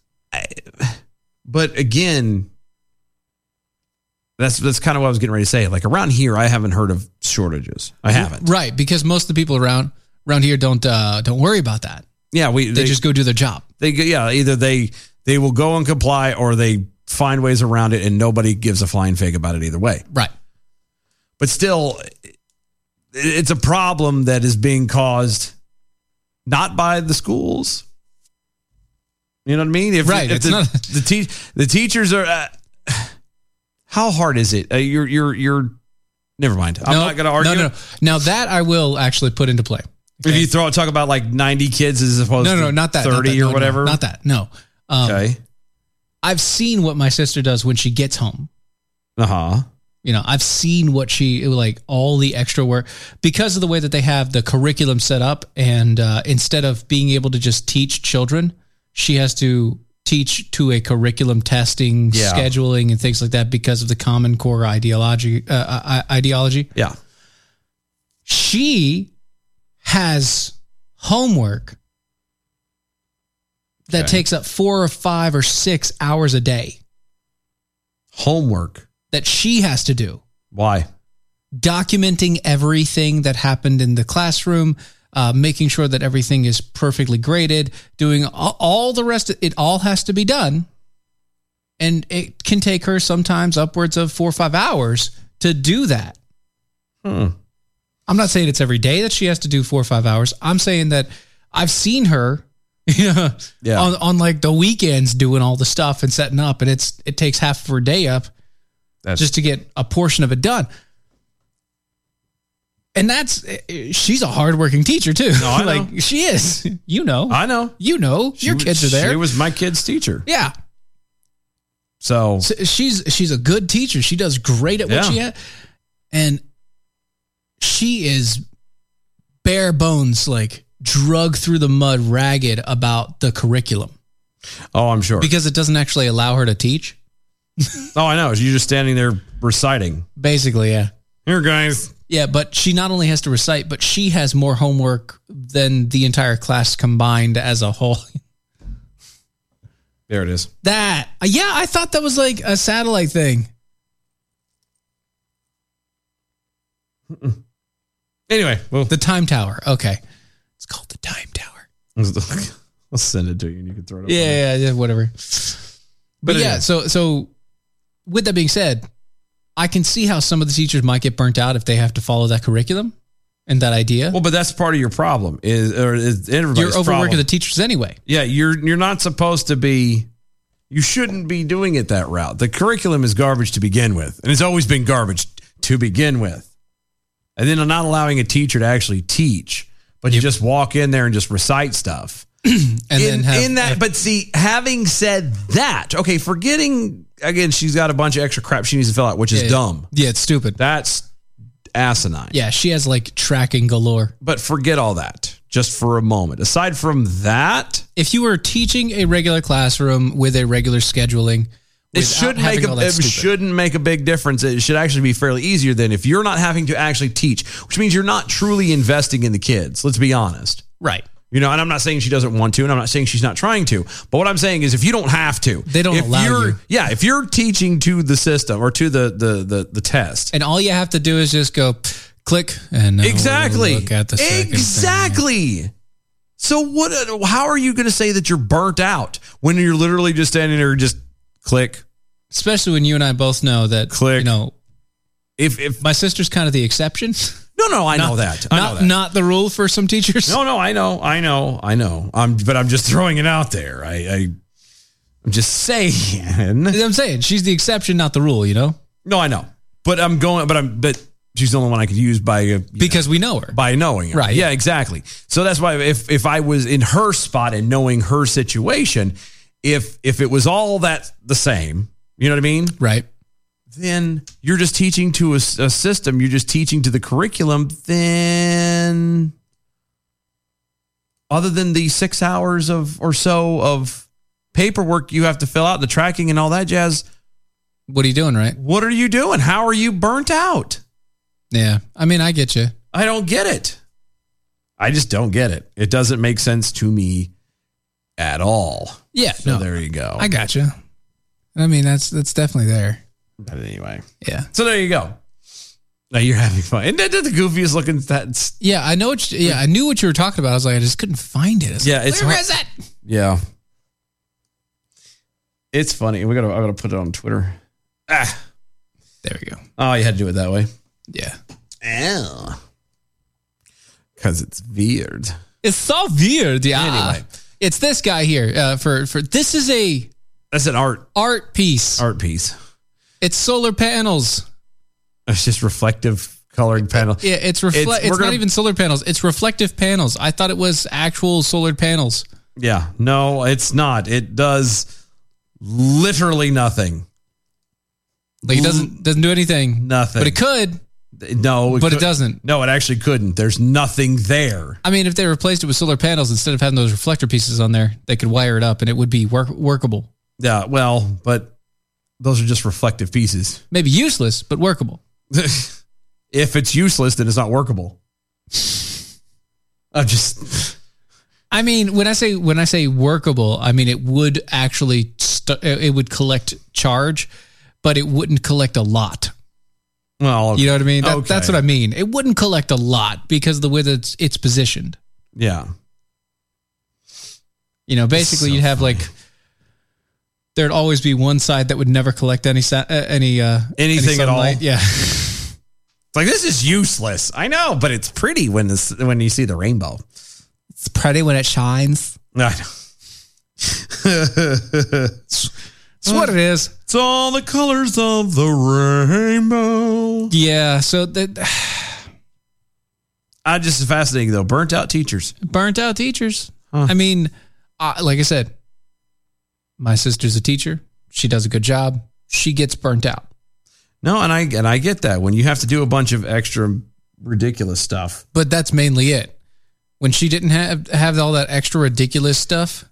but again that's that's kind of what I was getting ready to say. Like around here, I haven't heard of shortages. I haven't. right? Because most of the people around around here don't uh, don't worry about that. Yeah, we They just go do their job. They go- yeah, either they they will go and comply or they find ways around it, and nobody gives a flying fig about it either way. Right. But still, it- it's a problem that is being caused not by the schools. You know what I mean? If, Right, If it's the, not- the, te- the teachers are. Uh, how hard is it? Uh, you're you're you're. Never mind. I'm No, not going to argue. No, no. Now that I will actually put into play. If you throw talk about like 90 kids as opposed no, to no, not that. not 30 that, or no, no, whatever. not that. No. Um, Okay. I've seen what my sister does when she gets home. Uh huh. You know, I've seen what she like all the extra work because of the way that they have the curriculum set up, and uh, instead of being able to just teach children, she has to teach to a curriculum testing, Yeah. scheduling, and things like that because of the Common Core ideology. Uh, i- ideology. Yeah. She has homework that Okay. takes up four or five or six hours a day Homework. that she has to do. Why? documenting everything that happened in the classroom, uh, making sure that everything is perfectly graded, doing all, all the rest. Of, it all has to be done, and it can take her sometimes upwards of four or five hours to do that. Hmm. I'm not saying it's every day that she has to do four or five hours. I'm saying that I've seen her. yeah, On, on like the weekends doing all the stuff and setting up and it's it takes half of her day up That's- just to get a portion of it done and that's eh, she's a hardworking teacher too. No, I like know. she is. You know. I know. You know. Your She- kids are there. She was my kid's teacher. yeah. So, So she's she's a good teacher. She does great at what Yeah. she at. And she is bare bones like drug through the mud ragged about the curriculum oh, I'm sure. because it doesn't actually allow her to teach. oh, I know. You're just standing there reciting. Basically, yeah. Here, guys. Yeah, but she not only has to recite, but she has more homework than the entire class combined as a whole. There it is. That uh, yeah, I thought that was like a satellite thing. Anyway, well, The time tower. Okay, it's called the time tower. I'll send it to you and you can throw it up. Yeah, yeah, yeah, whatever. But, But yeah, anyway. so so with that being said, I can see how some of the teachers might get burnt out if they have to follow that curriculum and that idea. Well, but that's part of your problem is, or is everybody's You're overworking problem. the teachers anyway. Yeah, you're you're not supposed to be. You shouldn't be doing it that route. The curriculum is garbage to begin with, and it's always been garbage to begin with. And then not allowing a teacher to actually teach, but you just walk in there and just recite stuff. And in, then have in that, but see, having said that, okay, forgetting again, she's got a bunch of extra crap she needs to fill out, which is Yeah, yeah. dumb. Yeah, it's stupid. That's asinine. Yeah, she has like tracking galore. But forget all that just for a moment. Aside from that, if you were teaching a regular classroom with a regular scheduling, It should make a, it shouldn't make a big difference. It should actually be fairly easier than if you're not having to actually teach, which means you're not truly investing in the kids. Let's be honest. Right. You know, and I'm not saying she doesn't want to, and I'm not saying she's not trying to. But what I'm saying is, if you don't have to, they don't if allow you're, you. Yeah, if you're teaching to the system or to the the the, the test, and all you have to do is just go click and uh, now we'll exactly. look at the second thing. exactly. So what? How are you going to say that you're burnt out when you're literally just standing there, just click? Especially when you and I both know that click. You know, if if my sister's kind of the exception. No, no, I know that. I know not that. not the rule for some teachers. No, no, I know, I know, I know. I'm, but I'm just throwing it out there. I, I I'm just saying. I'm saying she's the exception, not the rule. You know. No, I know, but I'm going. But I'm, but she's the only one I could use by uh, you because we know her by knowing her. Right, Yeah, yeah. exactly. So that's why if if I was in her spot and knowing her situation, if if it was all that the same, you know what I mean? Right. Then you're just teaching to a, s- a system. You're just teaching to the curriculum. Then, other than the six hours of or so of paperwork you have to fill out, the tracking and all that jazz. What are you doing, right? What are you doing? How are you burnt out? Yeah, I mean, I get you. I don't get it. I just don't get it. It doesn't make sense to me at all. Yeah, So no. there you go. I got you. I mean, that's that's definitely there. But anyway. Yeah. So there you go. Now you're having fun. Isn't that the goofiest looking? That's Yeah, I know. What you, yeah, I knew what you were talking about. I was like, I just couldn't find it. It's Yeah, like, it's where hard- is it? yeah. It's funny. We gotta. I gotta put it on Twitter. Ah. There we go. Oh, you had to do it that way. Yeah. Oh. Because it's weird. It's so weird. Yeah. Anyway, it's this guy here. Uh, for for this is a that's an art art piece. Art piece. It's solar panels. It's just reflective coloring panel. Yeah, it's reflect. It's, we're not gonna- even solar panels. It's reflective panels. I thought it was actual solar panels. Yeah. No, it's not. It does literally nothing. Like it doesn't doesn't do anything. Nothing. But it could. No, But it could- doesn't. No, it actually couldn't. There's nothing there. I mean, if they replaced it with solar panels instead of having those reflector pieces on there, they could wire it up and it would be work- workable. Yeah, well, but those are just reflective pieces. Maybe useless, but workable. if it's useless, then it's not workable. I'm just. I mean, when I say when I say workable, I mean it would actually st- it would collect charge, but it wouldn't collect a lot. Well, You know what I mean? That, okay. That's what I mean. It wouldn't collect a lot because of the way that it's, it's positioned. Yeah. You know, basically you'd have like there'd always be one side that would never collect any sa- uh, any uh, any Anything at all? sunlight. Yeah. It's like this is useless. I know, but it's pretty when this when you see the rainbow. It's pretty when it shines. I know. it's, what it is. It's all the colors of the rainbow. Yeah. So that I just fascinating though. Burnt out teachers. burnt out teachers. I mean, uh, like I said, my sister's a teacher. She does a good job. She gets burnt out. No, and I and I get that when you have to do a bunch of extra ridiculous stuff. but that's mainly it. When she didn't have have all that extra ridiculous stuff,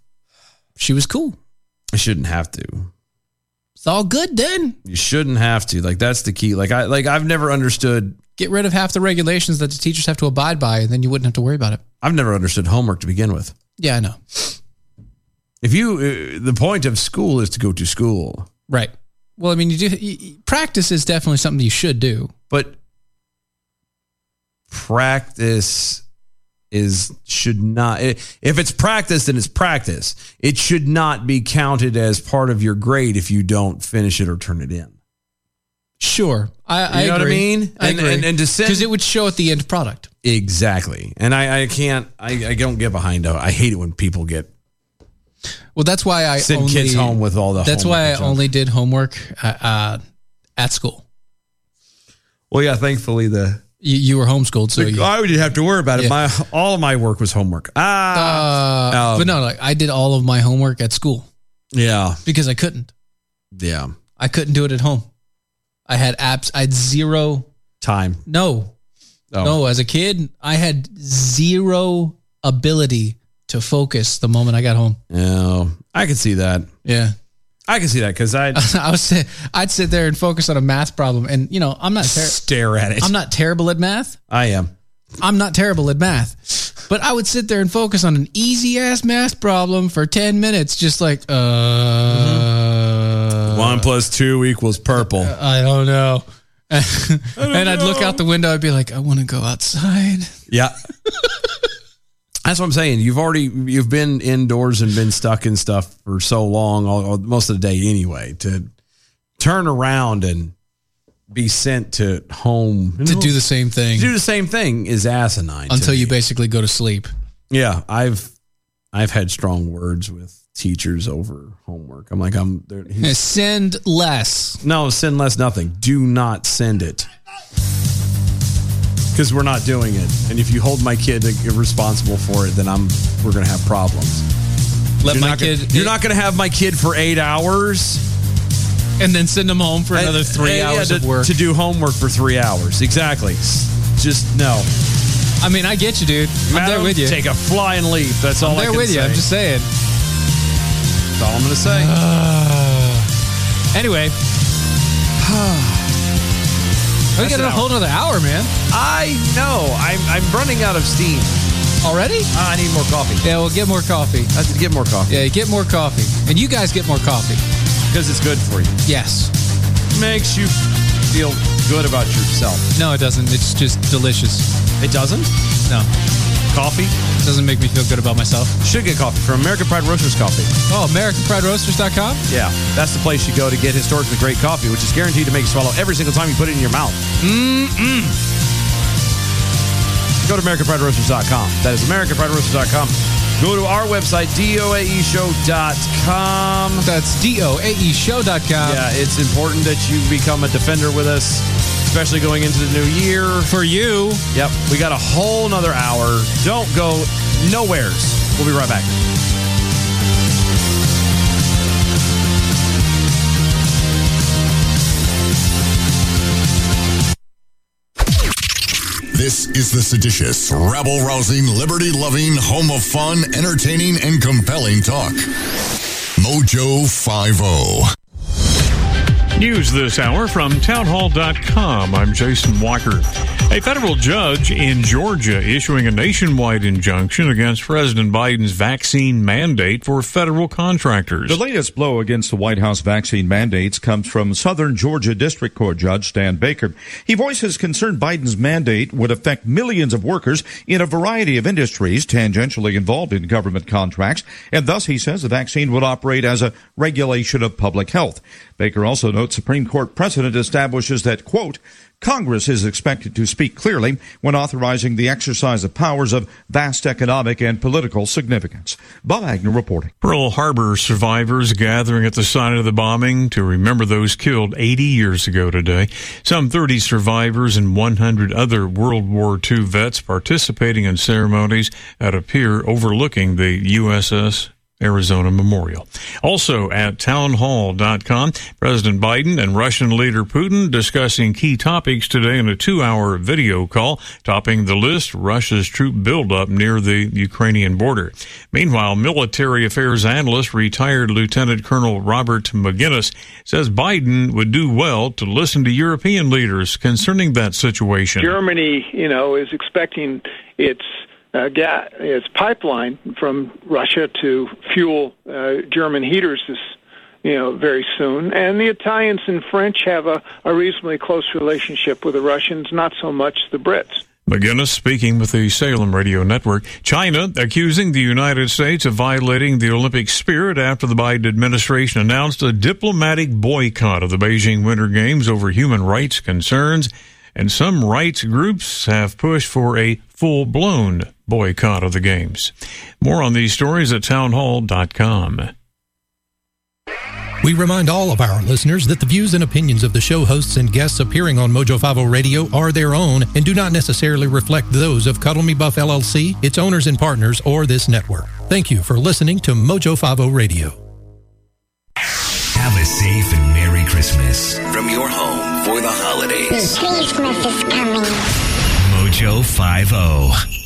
she was cool. You shouldn't have to. It's all good then. You shouldn't have to. Like that's the key. Like I like I've never understood. Get rid of half the regulations that the teachers have to abide by, and then you wouldn't have to worry about it. I've never understood homework to begin with. Yeah, I know. If you uh, the point of school is to go to school, Right. Well, I mean, you do y y- practice is definitely something you should do. but practice is should not i- if it's practice then it's practice it should not be counted as part of your grade if you don't finish it or turn it in Sure, I, You I know what I agree. mean? I And- agree. and- and to send- because it would show at the end product. exactly and i, I can't I, I don't get behind it. i hate it when people get Well, that's why I Send only, kids home with all the That's homework why I and junk. only did homework uh, uh, at school. well yeah thankfully the You, you were homeschooled, so the- you, i didn't have to worry about it Yeah. my all of my work was homework ah Oh. uh, but no, like I did all of my homework at school yeah because I couldn't. yeah I couldn't do it at home. I had apps. I had zero time. No, Oh. no. As a kid, I had zero ability to focus the moment I got home. Oh, I could see that. Yeah. I can see that because I I was I'd sit there and focus on a math problem, and you know I'm not ter- stare at it. I'm not terrible at math. I am. I'm not terrible at math, but I would sit there and focus on an easy ass math problem for 10 minutes, just like, uh, One plus two equals purple. I don't know. and I'd look out the window, I'd be like, I want to go outside. Yeah. That's what I'm saying. You've already you've been indoors and been stuck in stuff for so long, all, all- most of the day anyway. To turn around and be sent to home To do the same thing. do the same thing is asinine. to Until me. you basically go to sleep. yeah, I've I've had strong words with teachers over homework. I'm like I'm they're- he's- Send less. no send less nothing. Do not send it because we're not doing it. And if you hold my kid responsible for it, then I'm we're gonna have problems. Let You're my not gonna- kid- you're not going to have my kid for eight hours and then send them home for another three hours to, of work. to do homework for three hours. Exactly. Just no. I mean, I get you, dude. I'm Madam, there with you. Take a flying leap. That's all I'm I there can with you. say. I'm just saying. That's all I'm going to say. anyway, we That's got an a whole hour. nother hour, man. I know. I'm, I'm running out of steam. Uh, Already? I need more coffee. Yeah, well, get more coffee. I said get more coffee Yeah, get more coffee. And you guys get more coffee. because it's good for you. Yes. Makes you feel good about yourself. No, it doesn't. It's just delicious. It doesn't? No. Coffee? It doesn't make me feel good about myself. Should get coffee from American Pride Roasters Coffee. Oh, AmericanFriedRoasters.com? Yeah, that's the place you go to get historically great coffee, which is guaranteed to make you swallow every single time you put it in your mouth. Mm-mm. Go to AmericanPrideRoasters.com. That is AmericanPrideRoasters.com. Go to our website, E DOAEShow.com. That's DOAE Show.com. Yeah, it's important that you become a defender with us, especially going into the new year. For you. Yep, we got a whole nother hour. Don't go nowheres. We'll be right back. This is the seditious, rabble rousing, liberty loving, home of fun, entertaining, and compelling talk. Mojo oh. 50. News this hour from townhall.com. I'm Jason Walker. A federal judge in Georgia issuing a nationwide injunction against President Biden's vaccine mandate for federal contractors. The latest blow against the White House vaccine mandates comes from Southern Georgia District Court Judge Stan Baker. He voices concern Biden's mandate would affect millions of workers in a variety of industries tangentially involved in government contracts, and thus he says the vaccine would operate as a regulation of public health. Baker also notes Supreme Court precedent establishes that, quote, Congress is expected to speak clearly when authorizing the exercise of powers of vast economic and political significance. Bob Agner reporting. Pearl Harbor survivors gathering at the site of the bombing to remember those killed 80 years ago today. Some 30 survivors and 100 other World War II vets participating in ceremonies at a pier overlooking the USS Arizona Memorial. Also at townhall.com, President Biden and Russian leader Putin discussing key topics today in a two hour video call, topping the list Russia's troop buildup near the Ukrainian border. Meanwhile, military affairs analyst, retired Lieutenant Colonel Robert McGinnis, says Biden would do well to listen to European leaders concerning that situation. Germany, you know, is expecting its uh, ga- its pipeline from Russia to fuel uh, German heaters this, you know, very soon. And the Italians and French have a, a reasonably close relationship with the Russians, not so much the Brits. McGinnis speaking with the Salem Radio Network. China accusing the United States of violating the Olympic spirit after the Biden administration announced a diplomatic boycott of the Beijing Winter Games over human rights concerns. And some rights groups have pushed for a full blown boycott of the Games. More on these stories at townhall.com. We remind all of our listeners that the views and opinions of the show hosts and guests appearing on Mojo 50 Radio are their own and do not necessarily reflect those of Cuddle Me Buff LLC, its owners and partners, or this network. Thank you for listening to Mojo 50 Radio. Have a safe and Merry Christmas. your home for the holidays. Christmas is coming. Mojo oh. 50.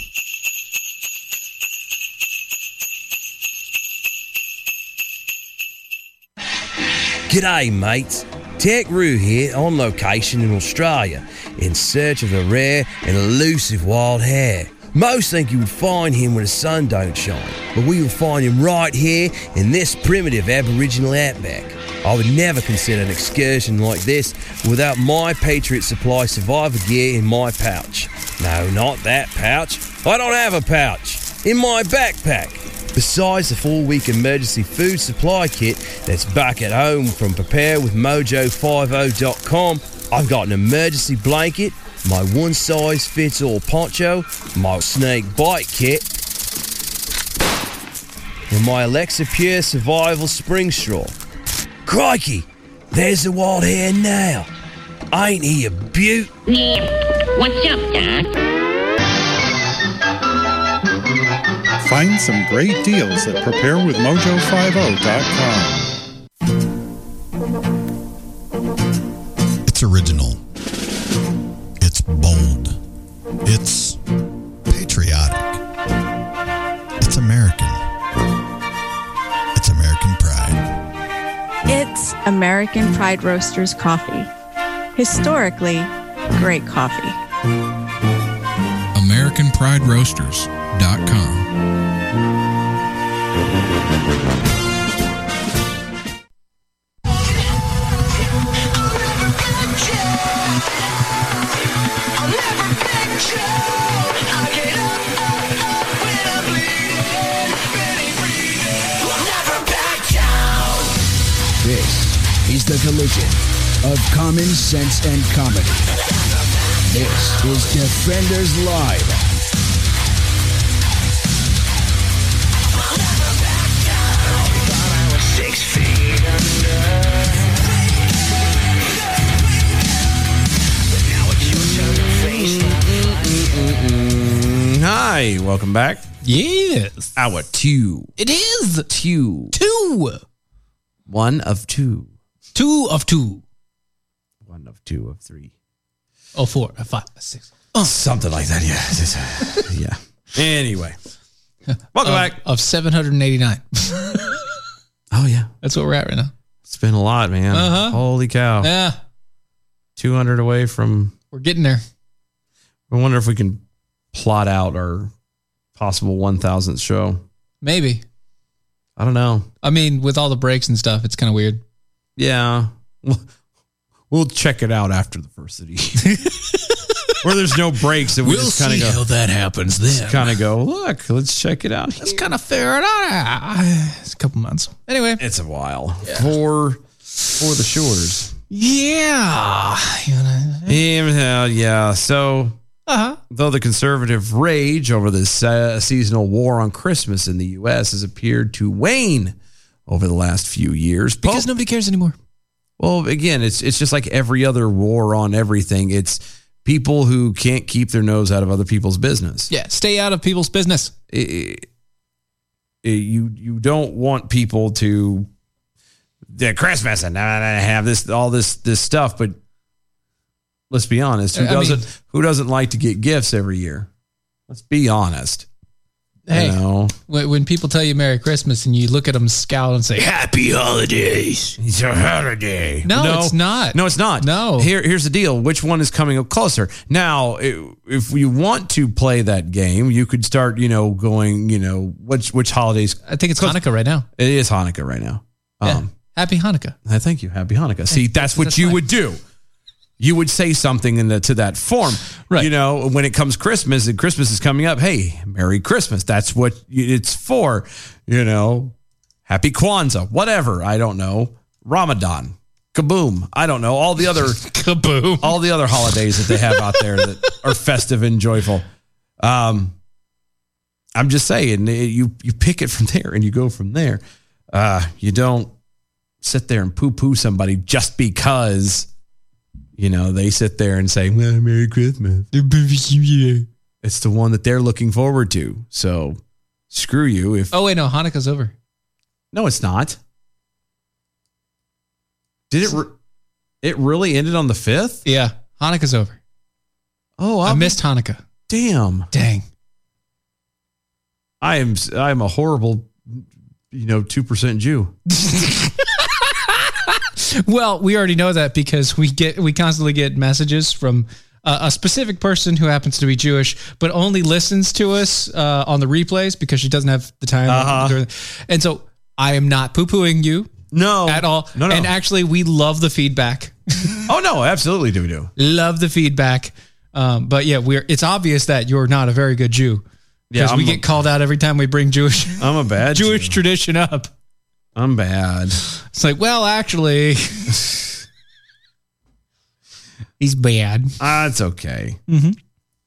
G'day, mates. Tech Roo here on location in Australia in search of a rare and elusive wild hare. Most think you would find him when the sun don't shine, but we will find him right here in this primitive Aboriginal outback. I would never consider an excursion like this without my Patriot Supply survivor gear in my pouch. No, not that pouch. I don't have a pouch. In my backpack. Besides the four week emergency food supply kit that's back at home from preparewithmojo50.com, I've got an emergency blanket, my one size fits all poncho, my snake bite kit, and my Alexa Pure Survival Spring Straw. Crikey! There's the wild hare now! Ain't he a beaut? What's up, Doc? Find some great deals at preparewithmojo50.com. It's original. It's bold. It's patriotic. It's American. It's American pride. It's American Pride Roasters coffee. Historically, great coffee. AmericanPrideRoasters.com. This is the collision of common sense and comedy. This is Defenders Live. Hi, welcome back. Yes. Hour two. It is two. Two. One of two. Two of two. One of two of three. Oh, four, a five, a six. Oh, Something like that, yeah. yeah. Anyway. Welcome of, back. Of 789. oh, yeah. That's what we're at right now. It's been a lot, man. Uh-huh. Holy cow. Yeah. 200 away from. We're getting there. I wonder if we can plot out our possible 1000th show. Maybe. I don't know. I mean, with all the breaks and stuff, it's kind of weird. Yeah. We'll check it out after the first of the year. Where there's no breaks, and we We'll just kind of see go. how that happens then. Kind of go. Look, let's check it out. It's kind of fair. Ah, It's a couple months. Anyway, it's a while for for the shores. Yeah. Yeah, uh, yeah. So, Uh-huh. though the conservative rage over this uh, seasonal war on Christmas in the U.S. has appeared to wane over the last few years, because nobody cares anymore. Well, again, it's it's just like every other war on everything. It's people who can't keep their nose out of other people's business. Yeah. Stay out of people's business. it- it- you you don't want people to they Christmas and I have this all this this stuff, but let's be honest, who I mean- doesn't who doesn't like to get gifts every year? Let's be honest. Hey. You know? When, when people tell you Merry Christmas and you look at them scowl and say, Happy Holidays. It's a holiday. No, it's not. No, it's not. No. Here, here's the deal. Which one is coming up closer? Now, i- if you want to play that game, you could start. You know, going. You know, which which holidays? I think it's Hanukkah right now. It is Hanukkah right now. Um, Happy Hanukkah. I thank you. Happy Hanukkah. See, that's what that's you fine. would do. You would say something in the, to that form, right? You know, when it comes Christmas and Christmas is coming up. Hey, Merry Christmas. That's what y- it's for. You know, Happy Kwanzaa, whatever. I don't know. Ramadan, kaboom. I don't know. All the other kaboom. All the other holidays that they have out there that are festive and joyful. Um, I'm just saying, it- you you pick it from there and you go from there. Uh, you don't sit there and poo poo somebody just because you know they sit there and say well, Merry Christmas. It's the one that they're looking forward to. So screw you if Oh, wait, no. Hanukkah's over. no, it's not. Did it? Re- It really ended on the fifth. Yeah, Hanukkah's over. Oh, I missed Hanukkah. Damn. Dang. I am. I am a horrible, you know, two percent Jew. Well, we already know that because we get we constantly get messages from uh, a specific person who happens to be Jewish, but only listens to us uh, on the replays because she doesn't have the time. Uh-huh. And so I am not poo pooing you. No, at all. No, no. And actually, we love the feedback. oh no, absolutely do we do. love the feedback. Um, but yeah, we're it's obvious that you're not a very good Jew Yeah, because we I'm get a- called out every time we bring Jewish. I'm a bad Jewish tradition up. I'm bad. It's like, well, actually, he's bad. That's Ah, okay. Mhm.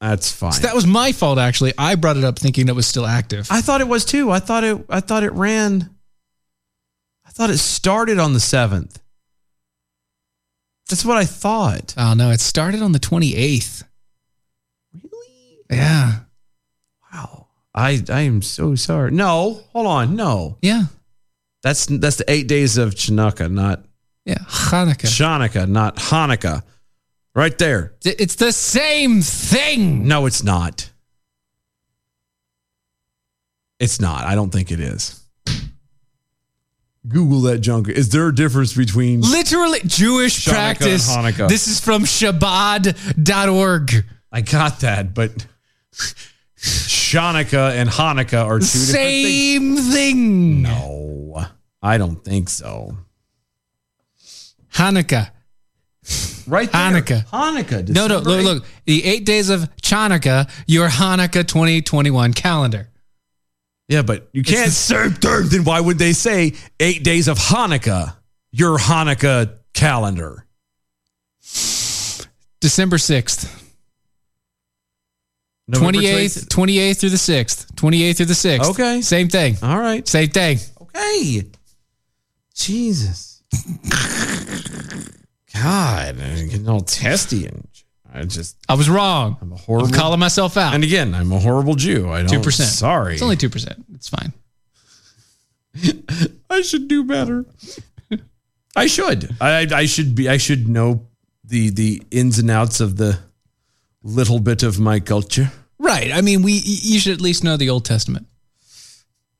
That's fine. So that was my fault. Actually, I brought it up thinking it was still active. I thought it was too. I thought it. I thought it ran. I thought it started on the seventh. That's what I thought. Oh no, it started on the twenty eighth. Really? Yeah. I I am so sorry. No, hold on. No. Yeah. That's that's the eight days of Chanukah, not yeah Hanukkah. Chanukah, not Hanukkah. Right there. It's the same thing. No, it's not. It's not. I don't think it is. Google that junk. Is there a difference between Literally Jewish Chanukah and practice. Hanukkah. This is from Shabbat.org. I got that, but Chanukah and Hanukkah are two Same thing. different things. No, I don't think so. Hanukkah. Right there. Hanukkah. Hanukkah. No, no, December look, look. The eight days of Chanukah, your Hanukkah 2021 calendar. Yeah, but you can't serve dirt. Then why would they say eight days of Hanukkah? Your Hanukkah calendar. December 6th. November 28th, 28th through the 6th. 28th through the 6th. Okay. Same thing. All right. Same thing. Okay. Jesus. God, I'm getting all testy and I just I was wrong. I'm a horrible. I'm calling myself out. And again, I'm a horrible Jew. I don't. 2%. Sorry. It's only 2%. It's fine. I should do better. I should. I I should be. I should know the the ins and outs of the little bit of my culture. Right. I mean, we y- you should at least know the Old Testament.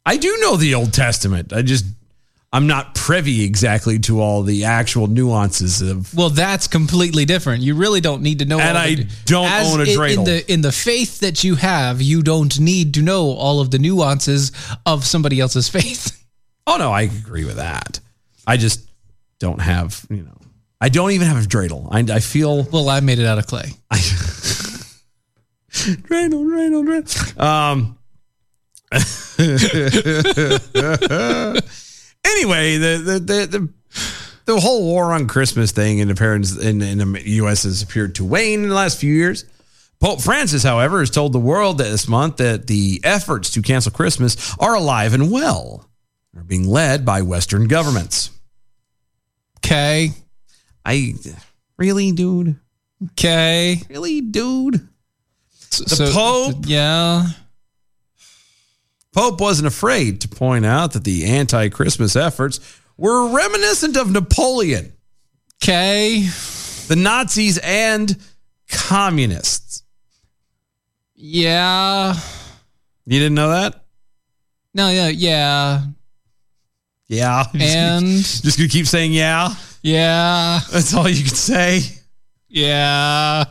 I do know the Old Testament. I just I'm not privy exactly to all the actual nuances of. Well, that's completely different. You really don't need to know. And all the- I don't own a in- in dreidel. the in the faith that you have. You don't need to know all of the nuances of somebody else's faith. Oh no, I agree with that. I just don't have you know. I don't even have a dreidel. I, I feel well. I made it out of clay. Dreidel, dreidel, dreidel. Um. anyway, the the the. the the whole war on Christmas thing in the parents in, in the U.S. has appeared to wane in the last few years. Pope Francis, however, has told the world that this month that the efforts to cancel Christmas are alive and well, and are being led by Western governments. Okay, I really, dude. Okay, really, dude. The so- Pope, yeah. Pope wasn't afraid to point out that the anti-Christmas efforts were reminiscent of Napoleon. Okay, the Nazis and communists. Yeah. You didn't know that? No, yeah, yeah, Yeah. And- just gonna keep saying yeah. yeah. That's all you can say. Yeah.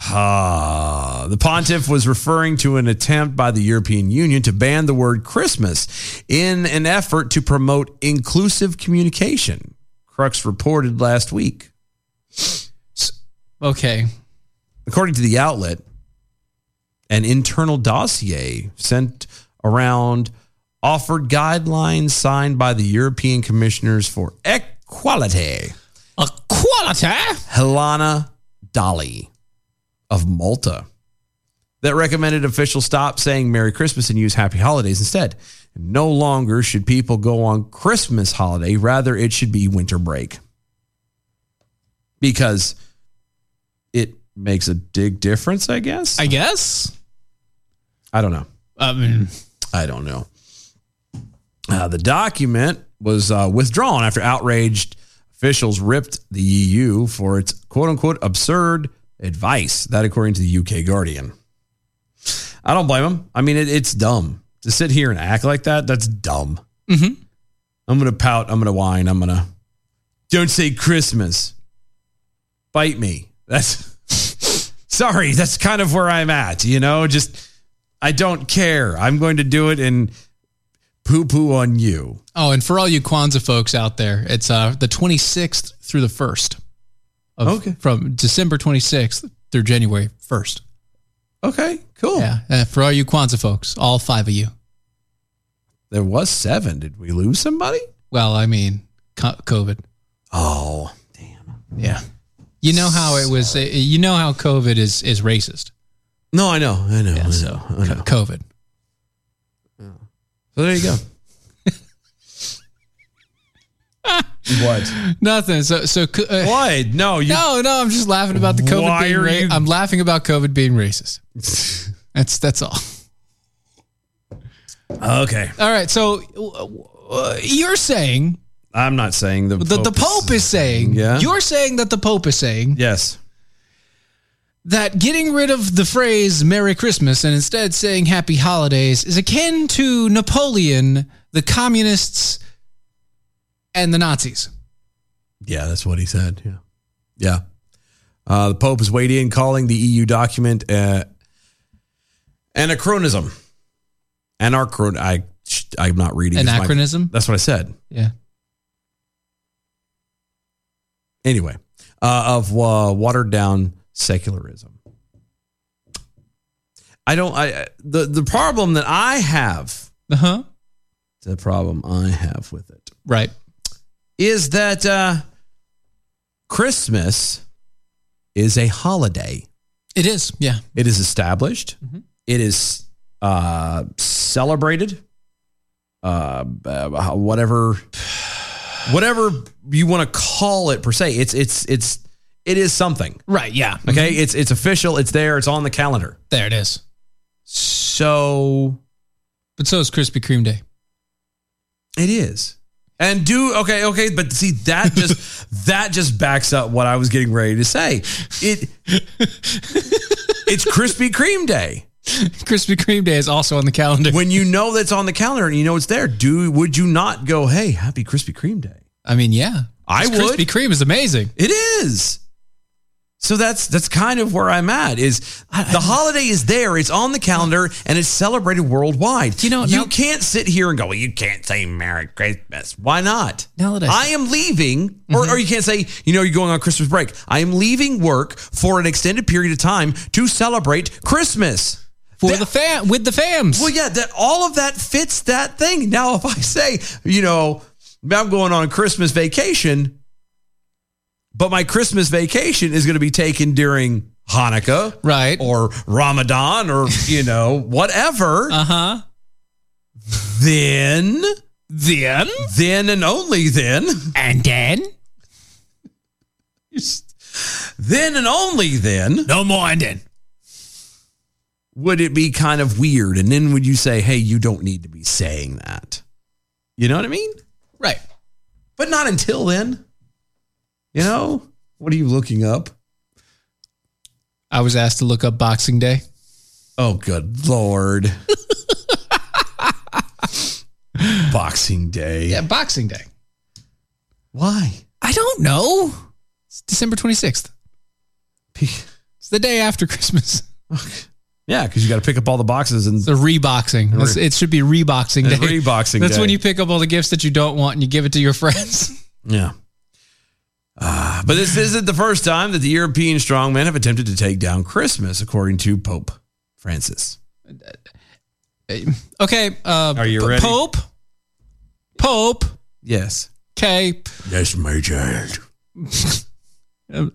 Ah, the pontiff was referring to an attempt by the European Union to ban the word Christmas in an effort to promote inclusive communication. Crux reported last week. Okay. According to the outlet, an internal dossier sent around offered guidelines signed by the European Commissioners for Equality. Equality? Helena Dolly of Malta that recommended officials stop saying Merry Christmas and use Happy Holidays instead. No longer should people go on Christmas holiday, rather, it should be winter break because it makes a big difference, I guess. I guess. I don't know. I mean, I don't know. Uh, the document was uh, withdrawn after outraged Officials ripped the EU for its quote unquote absurd advice. That, according to the UK Guardian. I don't blame them. I mean, it, it's dumb to sit here and act like that. That's dumb. Mm-hmm. I'm going to pout. I'm going to whine. I'm going to don't say Christmas. Bite me. That's sorry. That's kind of where I'm at. You know, just I don't care. I'm going to do it and poo poo on you. Oh, and for all you Kwanzaa folks out there, it's uh, the 26th through the 1st. Of, okay. From December 26th through January 1st. Okay, cool. Yeah. uh, for all you Kwanzaa folks, all five of you. There was seven. Did we lose somebody? Well, I mean, co- COVID. Oh, damn. Yeah. You know how it was. uh, You know how COVID is is racist. No, I know. I know. I know, I know. COVID. So there you go. what? Nothing. So so co- uh, what? No, you. No, no. I'm just laughing about the COVID. Why being are ra- you- I'm laughing about COVID being racist. that's that's all. Okay. All right. So uh, uh, you're saying I'm not saying the the the Pope is saying. Yeah. You're saying that the Pope is saying yes. That getting rid of the phrase "Merry Christmas" and instead saying "Happy Holidays" is akin to Napoleon, the communists, and the Nazis. Yeah, that's what he said. Yeah. Yeah. Uh, the Pope has weighed in, calling the EU document uh, anachronism. Anachron. I sh- I'm not reading. It's my- Anachronism? that's what I said. Yeah. Anyway, uh, of uh, watered down secularism. I don't. I I- the the problem that I have. Uh huh. The problem I have with it. Right. Is that uh, Christmas is a holiday. It is. Yeah. Mm-hmm. It is established. It is uh, celebrated. Uh, uh, whatever, whatever you want to call it per se, it's it's it's it is something. Right. Yeah. Okay. It's it's official. It's there. It's on the calendar. There it is. So, but so is Krispy Kreme Day. It is. And do okay, okay, but see that just that just backs up what I was getting ready to say. It it's Krispy Kreme Day. Krispy Kreme Day is also on the calendar. When you know that's on the calendar and you know it's there, do would you not go, hey, happy Krispy Kreme Day? I mean, yeah, I This would. Krispy Kreme is amazing. It is. So that's that's kind of where I'm at. Is the holiday is there? It's on the calendar and it's celebrated worldwide. You know, you can't sit here and go, well, you can't say Merry Christmas. Why not? Now that I- Mm-hmm. I am leaving, or, or you can't say, you know, you're going on Christmas break. I am leaving work for an extended period of time to celebrate Christmas. For the fam with the fams. Well, yeah, that all of that fits that thing. Now, if I say, you know, I'm going on Christmas vacation, but my Christmas vacation is going to be taken during Hanukkah, right, or Ramadan, or you know, whatever. Uh huh. Then, then, then, and only then, and then, then and only then, no more and then. Would it be kind of weird? And then would you say, "Hey, you don't need to be saying that"? You know what I mean? Right. But not until then. You know, what are you looking up? I was asked to look up Boxing Day. Oh, good lord. Boxing Day. Yeah, Boxing Day. Why? I don't know. It's December 26th. It's the day after Christmas. Yeah, because you got to pick up all the boxes and The reboxing. It's- It should be reboxing day. It's reboxing That's day. when you pick up all the gifts that you don't want and you give it to your friends. yeah. Ah, but this isn't the first time that the European strongmen have attempted to take down Christmas, according to Pope Francis. Okay. Uh, Are you P- ready? Pope. Pope. Yes. Okay. Yes, my child. Uh,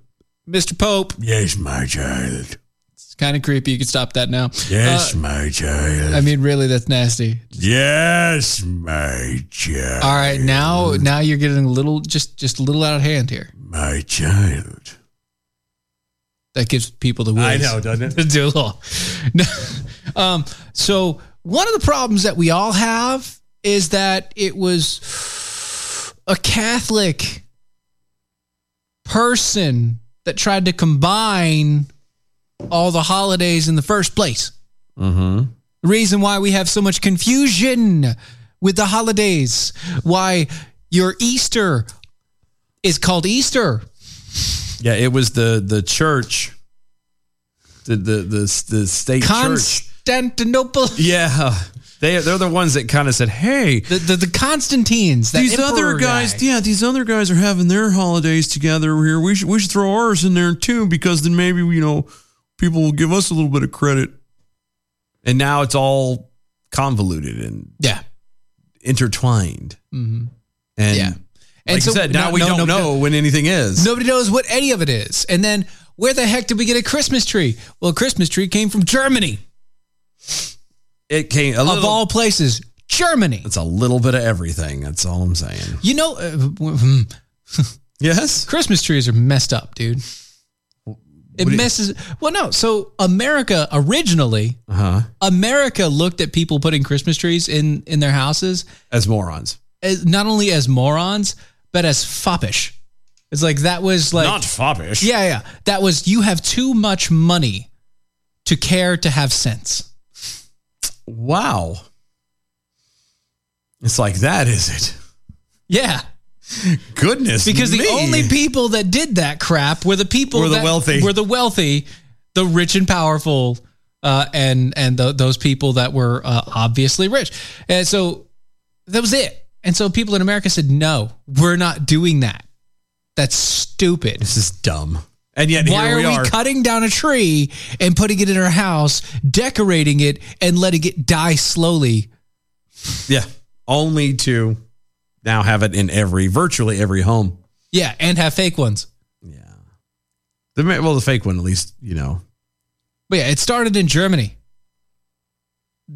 Mr. Pope. Yes, my Uh, child. It's kind of creepy. You can stop that now. Yes, Uh, my child. I mean, really, that's nasty. yes, my child. All right, now now you're getting a little just just a little out of hand here. My child. That gives people the wills. I know, doesn't it? Do a little. No. um, so one of the problems that we all have is that it was a Catholic person that tried to combine all the holidays in the first place. Mm-hmm. The reason why we have so much confusion with the holidays, why your Easter is called Easter. Yeah, it was the the church, the the the, the state church. Constantinople. Yeah, they they're the ones that kind of said, "Hey, the the, the Constantines, that these other emperor guys, guy. yeah, these other guys are having their holidays together here. We should we should throw ours in there too, because then maybe you know people will give us a little bit of credit." And now it's all convoluted and yeah, intertwined. Mhm. And Yeah. like And you so- said, now no- we no- don't no- know when anything is. Nobody knows what any of it is. And then where the heck did we get a Christmas tree? Well, a Christmas tree came from Germany. It came a of little- all places, Germany. It's a little bit of everything. That's all I'm saying. You know, uh, w- hmm. yes, Christmas trees are messed up, dude. It do you- messes. Well, no. So America originally, Uh huh. America looked at people putting Christmas trees in in their houses As morons. as not only as morons but as foppish. It's like that was like Not foppish. Yeah, yeah. That was you have too much money to care to have sense. Wow. It's like that, is it? Yeah. Goodness. Because the me. only people that did that crap were the people Were the that wealthy. were the wealthy, the rich and powerful, uh, and and tho- those people that were uh, obviously rich. And so that was it. And so people in America said, "No, we're not doing that. That's stupid. This is dumb." And yet Why here are we are. cutting down a tree and putting it in our house, decorating it, and letting it die slowly? yeah, only to now have it in every virtually every home. Yeah, and have fake ones. The ma- well, the fake one at least you know. But yeah, it started in Germany.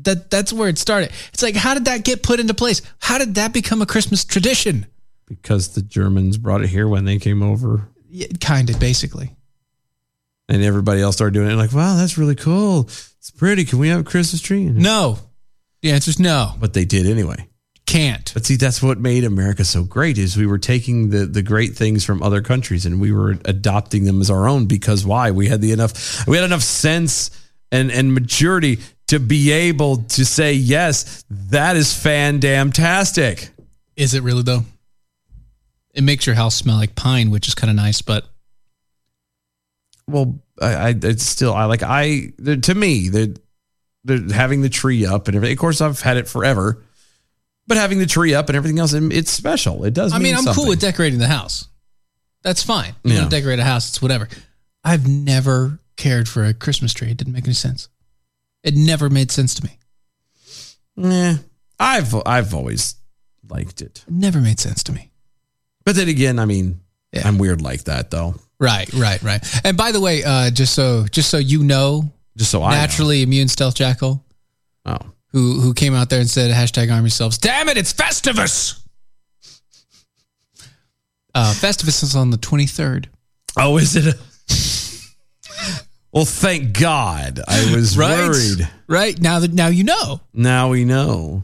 That that's where it started. It's like, how did that get put into place? How did that become a Christmas tradition? because the Germans brought it here when they came over, Yeah, kind of, basically. and everybody else started doing it. Like, wow, that's really cool. It's pretty. Can we have a Christmas tree? No, the answer's no. But they did anyway. Can't. But see, that's what made America so great is we were taking the the great things from other countries and we were adopting them as our own because why? We had the enough we had enough sense and and maturity to be able to say yes, that is fan damn tastic. Is it really though? It makes your house smell like pine, which is kind of nice, but well I, I it's still I like I the- to me the the having the tree up and everything. Of course, I've had it forever, but having the tree up and everything else, and it's special. It does. I mean, I'm cool with decorating the house. That's fine. You Yeah. want to decorate a house, it's whatever. I've never cared for a Christmas tree. It didn't make any sense. It never made sense to me. Yeah, I've I've always liked it. Never made sense to me. But then again, I mean, I'm weird like that though. Right, right, right. And by the way, uh, just so just so you know, just so naturally immune stealth jackal. Oh, who who came out there and said hashtag arm yourselves? Damn it, it's Festivus. Uh, Festivus is on the twenty third. Oh, is it? well, thank God. I was right? worried. Right now that now you know. Now we know.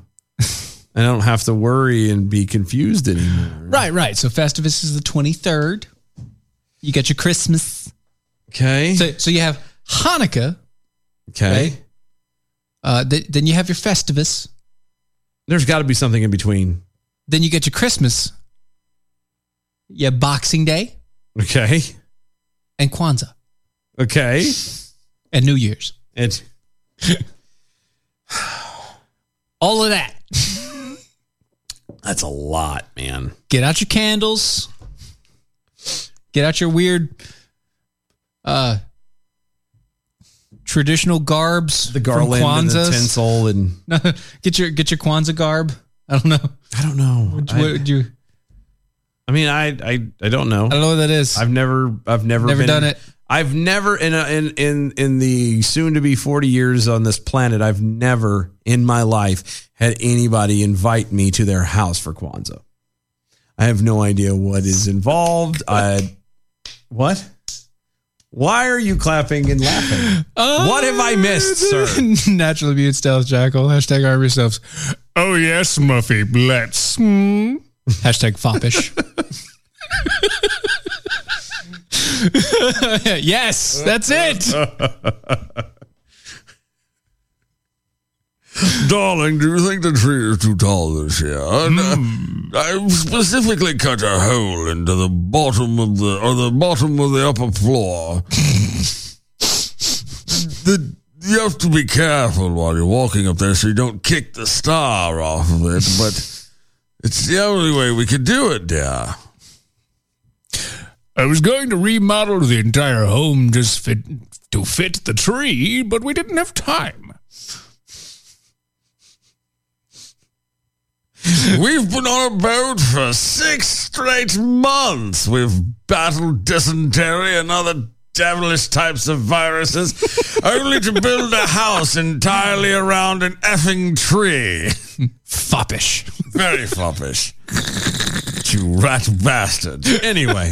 I don't have to worry and be confused anymore. Right, right. So Festivus is the twenty third. You get your Christmas. Okay. So so you have Hanukkah. Okay. right? Uh, th- then you have your Festivus. There's got to be something in between. Then you get your Christmas. Yeah, Boxing Day Okay. and Kwanzaa. Okay. And New Year's. And All of that. that's a lot, man. Get out your candles. Get out your weird uh traditional garbs. The Garland and the tinsel and get your get your Kwanzaa garb. I don't know. I don't know. What, I- what would you I mean, I I, I don't know. I don't know what that is. I've never I've never Never been- done it. I've never in a, in in in the soon to be 40 years on this planet, I've never in my life had anybody invite me to their house for Kwanzaa. I have no idea what is involved. I what? Why are you clapping and laughing? Oh, what have I missed, sir? Natural immune stealth jackal. Hashtag arm yourselves. Oh yes, Muffy Blitz. Hashtag foppish. yes, that's it. Darling, do you think the tree is too tall this year? And, uh, Hmm. I've specifically cut a hole into the bottom of the or the bottom of the upper floor. The- you have to be careful while you're walking up there so you don't kick the star off of it, but it's the only way we could do it, dear. I was going to remodel the entire home just fit, to fit the tree, but we didn't have time. We've been on a boat for six straight months. We've battled dysentery and other devilish types of viruses, only to build a house entirely around an effing tree. Foppish. Very foppish. you rat bastard. Anyway.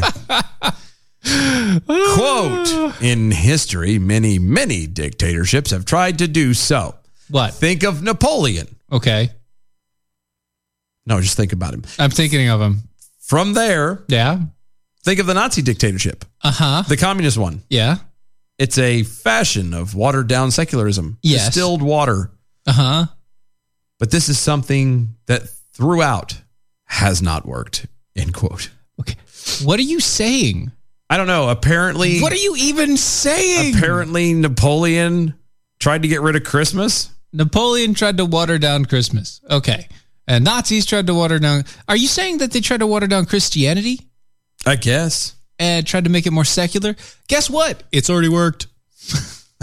Quote In history, many, many dictatorships have tried to do so. What? Think of Napoleon. Okay. No, just think about him. I'm thinking of him. From there, yeah. Think of the Nazi dictatorship, Uh huh. the communist one. Yeah. It's a fashion of watered down secularism, Yes. distilled water. Uh huh. But this is something that throughout has not worked. End quote. What are you saying? I don't know. Apparently, What are you even saying? Apparently, Napoleon tried to get rid of Christmas. Napoleon tried to water down Christmas. Okay. And Nazis tried to water down. Are you saying that they tried to water down Christianity? I guess. And tried to make it more secular? Guess what? It's already worked.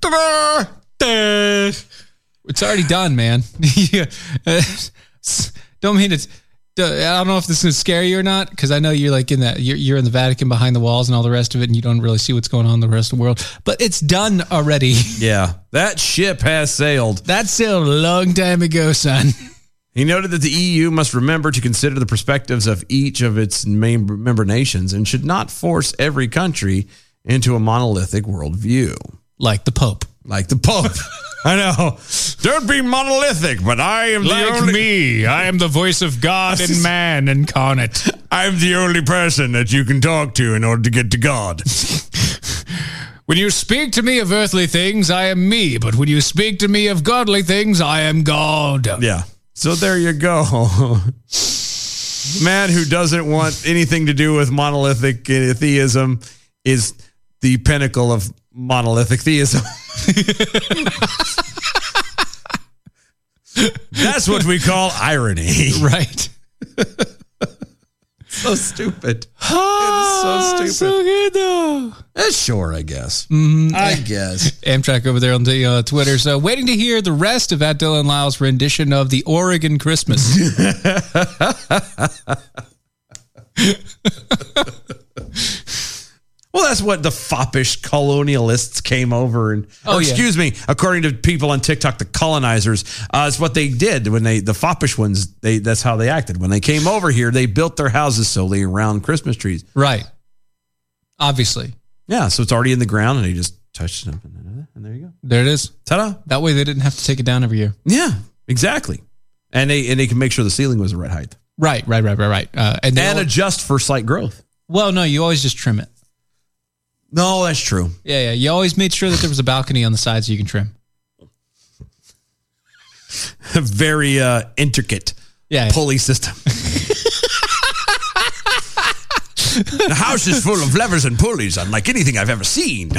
Ta-da! Ta-da! It's already done, man. Yeah. Uh, s- don't mean it's. d- I don't know if this is gonna scare you or not, because I know you're like in that you're, you're in the Vatican behind the walls and all the rest of it, and you don't really see what's going on in the rest of the world. But it's done already. Yeah, that ship has sailed. That sailed a long time ago, son. He noted that the EU must remember to consider the perspectives of each of its main member nations and should not force every country into a monolithic worldview. Like the Pope. Like the Pope. I know. Don't be monolithic, but I am Like the only me, I am the voice of God and man incarnate. I'm the only person that you can talk to in order to get to God. When you speak to me of earthly things, I am me, but when you speak to me of godly things, I am God. Yeah. So there you go. Man who doesn't want anything to do with monolithic uh, theism is the pinnacle of monolithic theism. That's what we call irony. Right. so stupid. Ah, it's so stupid. So good though. Eh, sure, I guess. I guess. Mm-hmm. Amtrak over there on the, uh, Twitter. So, waiting to hear the rest of At Dylan Lyle's rendition of the Oregon Christmas. Well, that's what the foppish colonialists came over and. Oh, or yeah. excuse me. According to people on TikTok, the colonizers. Uh, it's what they did when they the foppish ones. They that's how they acted when they came over here. They built their houses solely around Christmas trees. Right. Obviously. Yeah. So it's already in the ground, and they just touched it up. And there you go. There it is. Ta-da. That way they didn't have to take it down every year. Yeah. Exactly. And they and they can make sure the ceiling was the right height Right, right, right, right, right. Uh, and and, they all- adjust for slight growth. well, no, you always just trim it. No, that's true. Yeah, yeah. You always made sure that there was a balcony on the side so you can trim. Very uh, intricate Yeah. pulley system. the house is full of levers and pulleys, unlike anything I've ever seen.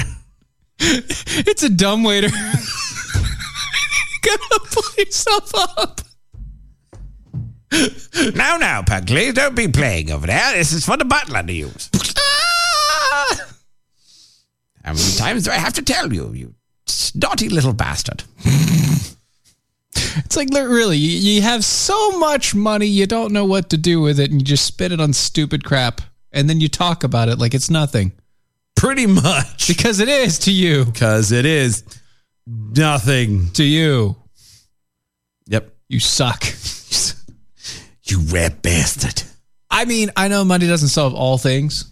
It's a dumb waiter. Gonna pull yourself up. Now, now, Pugsley, don't be playing over there. This is for the butler to use. Ah! How many times do I have to tell you, you snotty little bastard? It's like li- really, you, you have so much money, you don't know what to do with it, and you just spend it on stupid crap, and then you talk about it like it's nothing. Pretty much, because it is to you. Because it is nothing to you. Yep, you suck. you rat bastard. I mean, I know money doesn't solve all things.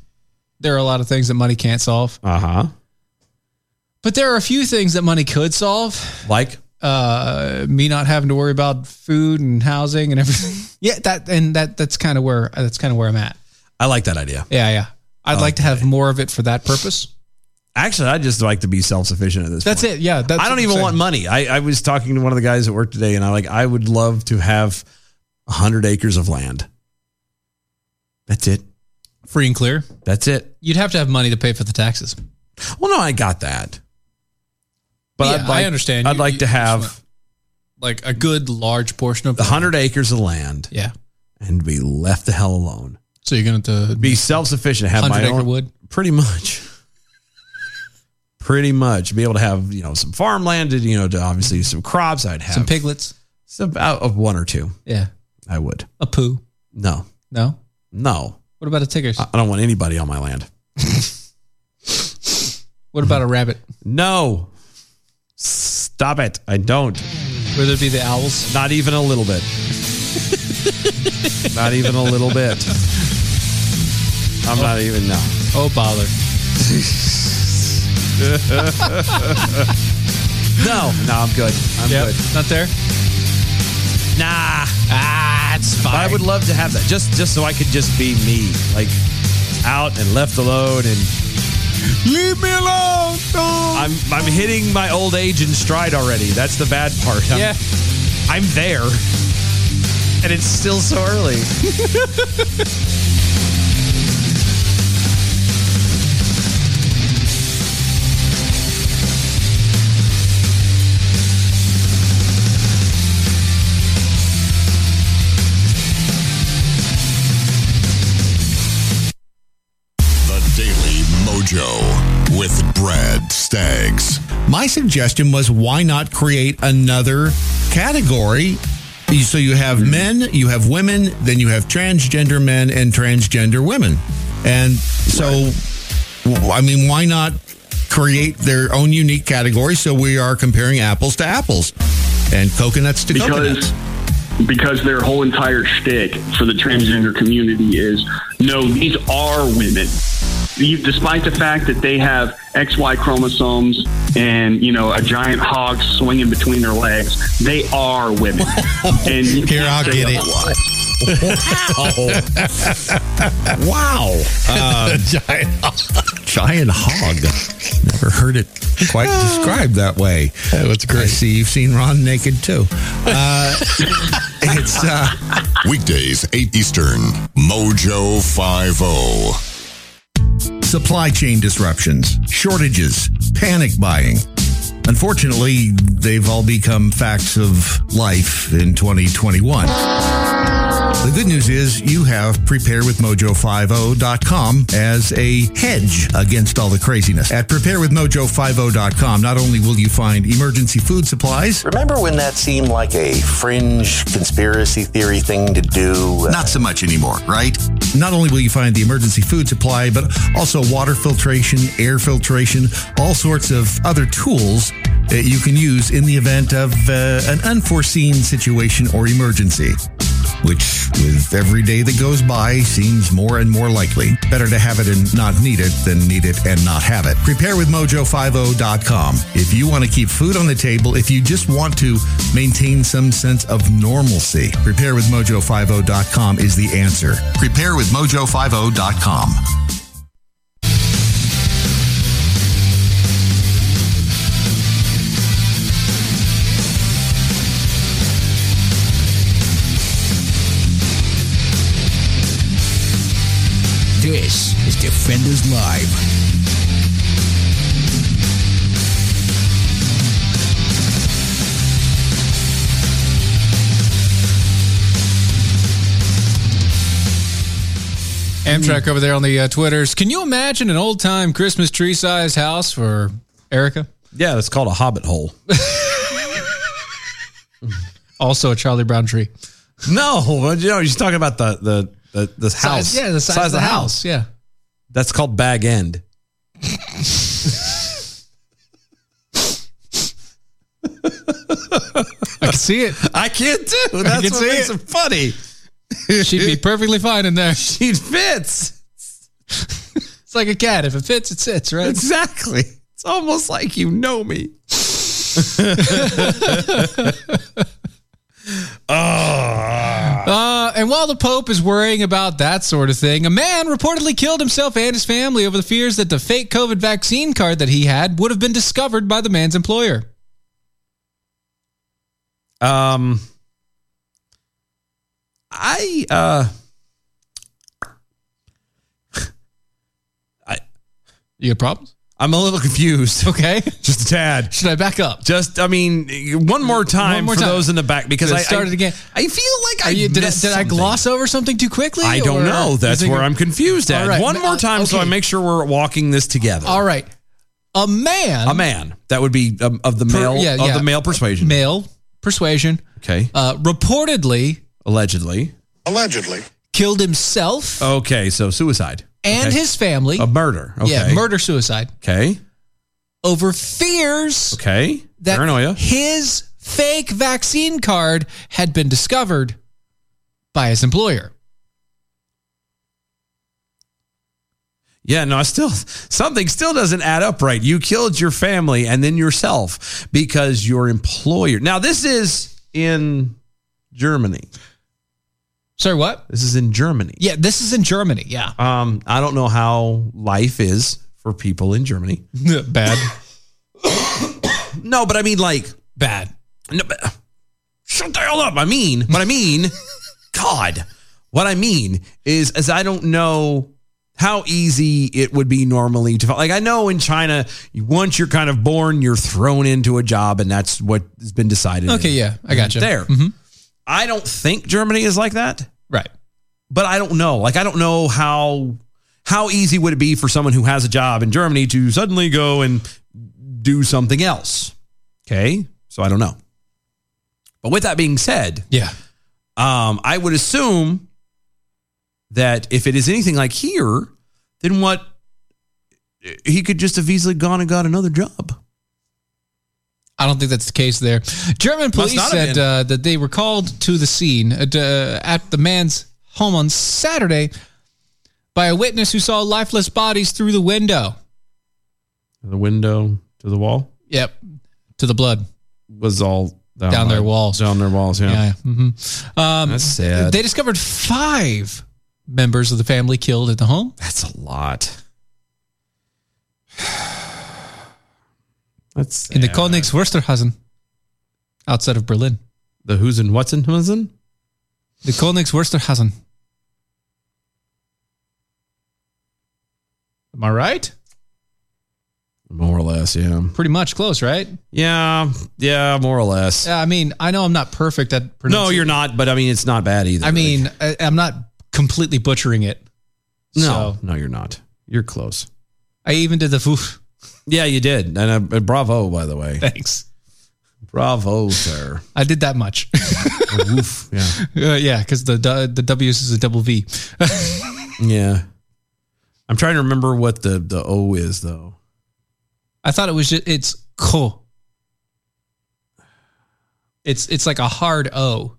There are a lot of things that money can't solve. Uh Uh-huh. huh. But there are a few things that money could solve, like uh, me not having to worry about food and housing and everything. Yeah, that and that that's kind of where that's kind of where I'm at. I like that idea. Yeah, yeah. I'd like to have more of it for that purpose. Actually, I just like to be self sufficient at this. That's point. it. Yeah, that's I what don't I'm even saying. want money. I, I was talking to one of the guys at work today, and I like I would love to have hundred acres of land. That's it. Free and clear. That's it. You'd have to have money to pay for the taxes. Well, no, I got that. But Yeah, I'd I like- understand. I'd You- like you to just have want, like a good large portion of hundred acres of land. Yeah, and be left the hell alone. So you're going to be self sufficient. Have my 100 acre own wood? pretty much. pretty much be able to have you know some farmland to you know to obviously some crops. I'd have Some piglets. some out of one or two. Yeah. I would a poo. No, No. no. What about a tigger? I I don't want anybody on my land. What about a rabbit? No. Stop it. I don't. Whether it be the owls? Not even a little bit. not even a little bit. I'm not even, no. Oh, bother. no, no, I'm good. I'm good. Not there? Nah. Ah, it's fine. I would love to have that just just so I could just be me, like out and left alone and leave me alone. I'm I'm hitting my old age in stride already. That's the bad part. I'm, yeah. I'm there. And it's still so early. The Daily Mojo with Brad Staggs. My suggestion was why not create another category? So you have men, you have women, then you have transgender men and transgender women. And so, w- I mean, why not create their own unique category so we are comparing apples to apples and coconuts to coconuts? because because their whole entire shtick for the transgender community is no, these are women. You, despite the fact that they have XY chromosomes and you know a giant hog swinging between their legs, they are women. and here I'll get it. wow! Um, giant, giant hog. Never heard it quite described Ah. that way. That's great. I see you've seen Ron naked too. Uh, it's uh, Weekdays, 8 Eastern, Mojo oh. 50. Supply chain disruptions, shortages, panic buying. Unfortunately, they've all become facts of life in 2021. The good news is you have preparewithmojo50.com as a hedge against all the craziness. At preparewithmojo50.com, not only will you find emergency food supplies. Remember when that seemed like a fringe conspiracy theory thing to do? Not so much anymore, right? Not only will you find the emergency food supply, but also water filtration, air filtration, all sorts of other tools that you can use in the event of uh, an unforeseen situation or emergency. Which, with every day that goes by, seems more and more likely. Better to have it and not need it than need it and not have it. Prepare with mojo50.com. If you want to keep food on the table, if you just want to maintain some sense of normalcy, prepare with mojo50.com is the answer. Prepare with mojo50.com. This is Defenders Live. Amtrak over there on the uh, Twitters. Can you imagine an old time Christmas tree sized house for Erica? Yeah, it's called a hobbit hole. also a Charlie Brown tree. No, but you know, you're just talking about the the the, the house. Size- yeah, the size, of the house. Yeah. That's called bag end. I can see it. I can't do. That's what makes it funny. She'd be perfectly fine in there. She fits. It's like a cat. If it fits, it sits, right? Exactly. It's almost like you know me. Uh, and And while the Pope is worrying about that sort of thing, a man reportedly killed himself and his family over the fears that the fake COVID vaccine card that he had would have been discovered by the man's employer. Um, I uh, I you have problems. I'm a little confused. Okay, just a tad. Should I back up? Just, I mean, one more time One more for time. those in the back because Should I I start I- it again? I feel like Are I you- did, I, missed did I something. gloss over something too quickly? I don't or- know. That's You think where I'm- I'm confused at. All right. One more time, so Okay. I make sure we're walking this together. All right, a man, A man that would be um, of the Per- male yeah, of yeah. the male persuasion. male persuasion, Okay, uh, reportedly allegedly. allegedly killed himself Okay, so suicide and Okay. his family. a murder. Okay, Yeah, murder suicide Okay, over fears okay. that Paranoia. his fake vaccine card had been discovered by his employer. Yeah, no, I still something still doesn't add up right. You killed your family and then yourself because your employer. Now this is in Germany. Sorry, what? This is in Germany. Yeah, this is in Germany. Yeah, Um, I don't know how life is for people in Germany. bad. no, but I mean like bad. No, but, shut the hell up. I mean, what I mean, God, what I mean is, is I don't know how easy it would be normally to like. I know in China, you- once you're kind of born, you're thrown into a job, and that's what has been decided. Mm-hmm. Okay, yeah, I got you. There, I don't think Germany is like that. Right. But I don't know. Like I don't know how how easy would it be for someone who has a job in Germany to suddenly go and do something else. Okay? So I don't know. But with that being said, yeah. Um I would assume that if it is anything like here, then what he could just have easily gone and got another job. I don't think that's the case there. German police not have said been. uh, that they were called to the scene at, uh, at the man's home on Saturday by a witness who saw lifeless bodies through the window. The window to the wall Yep, to the blood. was all down, Down their walls. Down their walls, Yeah. mhm. Um, That's sad. They discovered five members of the family killed at the home. That's a lot. That's in the Königs Wusterhausen, outside of Berlin. The who's and what's in Husen? The Königs Wusterhausen. Am I right? More or less, yeah. Pretty much close, right? Yeah, yeah, more or less. Yeah, I mean, I know I'm not perfect at No, you're not, but I mean, it's not bad either. I mean, I, I'm not completely butchering it. no, So no, you're not. You're close. I even did the foof. Yeah, you did. And uh, bravo, by the way. Thanks. Bravo, sir. I did that much. Woof. Yeah. Uh, yeah, because the du- the W's is a double V. Yeah. I'm trying to remember what the, the O is, though. I thought it was just it's ko. It's it's like a hard O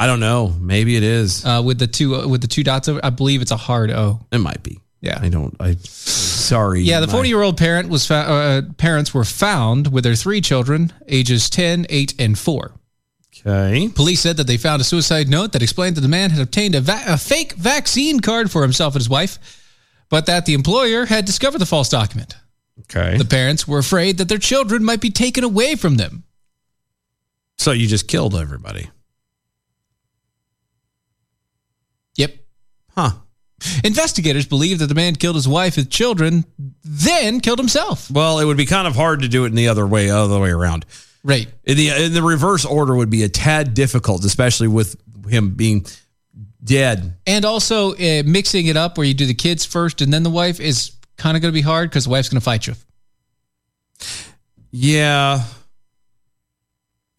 I don't know. Maybe it is. uh, with the two with the two dots over. I believe it's a hard O. It might be. Yeah. I don't. I. Sorry. Yeah, the My- 40 year old parent was fou- uh, parents were found with their three children, ages 10, 8, and 4. Okay. Police said that they found a suicide note that explained that the man had obtained a, va- a fake vaccine card for himself and his wife, but that the employer had discovered the false document. Okay. The parents were afraid that their children might be taken away from them. So you just killed everybody. Yep. Huh. Investigators believe that the man killed his wife and children, then killed himself. Well, it would be kind of hard to do it in the other way, other way around. Right. In the in the reverse order would be a tad difficult, especially with him being dead. And also, uh, mixing it up where you do the kids first and then the wife is kind of going to be hard because the wife's going to fight you. Yeah.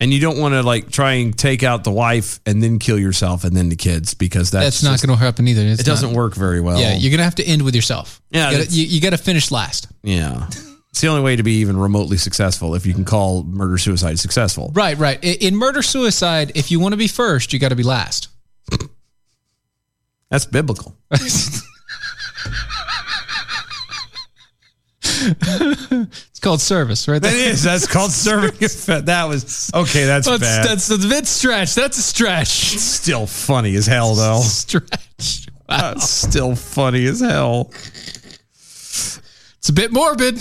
And you don't want to like try and take out the wife and then kill yourself and then the kids because that's, That's, not going to happen either. It's it doesn't not- work very well. Yeah, you're going to have to end with yourself. Yeah, You gotta- that's- you, you got to finish last. yeah. It's the only way to be even remotely successful if you can call murder suicide successful. Right, right. I- In murder suicide, if you want to be first, you got to be last. That's biblical. it's called service, right? That is. That's called serving effect. That was okay. That's That's bad. that's the bit stretch. That's a stretch. still funny as hell, though. Stretch. That's still funny as hell. It's a bit morbid,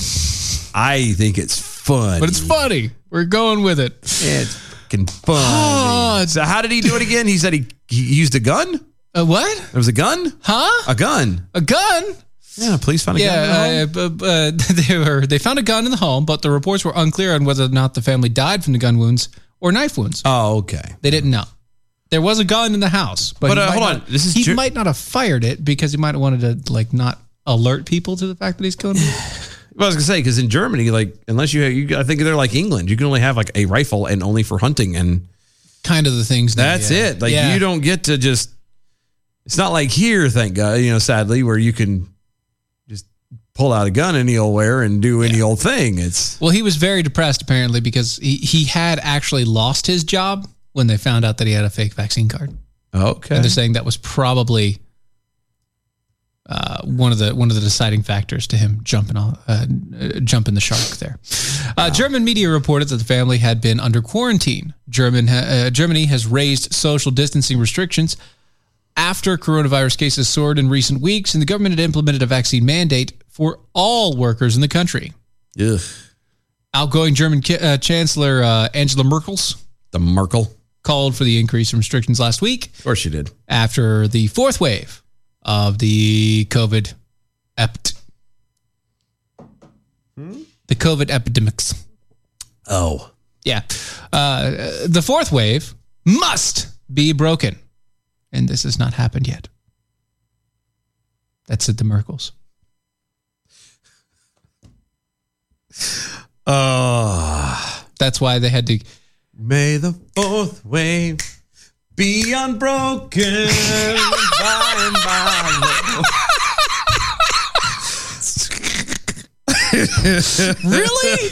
I think it's fun. but it's funny. We're going with it. Yeah, it's fucking fun. so how did he do it again? He said he, he used a gun. A what? There was a gun. Huh? A gun. A gun? Yeah. Police found a gun. in the home. yeah, uh, b- uh, they were they found a gun in the home, but the reports were unclear on whether or not the family died from the gun wounds or knife wounds. Oh, okay. They didn't know. There was a gun in the house, but, But, he uh, might hold not- on. This is he ju- might not have fired it because he might have wanted to like not alert people to the fact that he's killing. people. Well, I was gonna say because in Germany, like unless you, have, you, I think they're like England. You can only have like a rifle and only for hunting, and kind of the things. now, That's yeah. it. Like Yeah. you don't get to just. It's not like here, thank God. You know, sadly, where you can just pull out a gun any old where and do any old thing. It's Well, he was very depressed apparently because he, he had actually lost his job when they found out that he had a fake vaccine card. Okay. And they're saying that was probably uh, one of the one of the deciding factors to him jumping on uh, uh, jumping the shark there. Uh, German media reported that the family had been under quarantine. German ha- uh, Germany has raised social distancing restrictions after coronavirus cases soared in recent weeks, and the government had implemented a vaccine mandate for all workers in the country. Ugh. Outgoing German ki- uh, Chancellor uh, Angela Merkel's the Merkel called for the increase in restrictions last week. Of course, she did. After the fourth wave of the COVID ept- the COVID epidemics. Oh, yeah. Uh, the fourth wave must be broken, and this has not happened yet. That's at the Merkels. Oh. That's why they had to. May the fourth wave be unbroken by and really?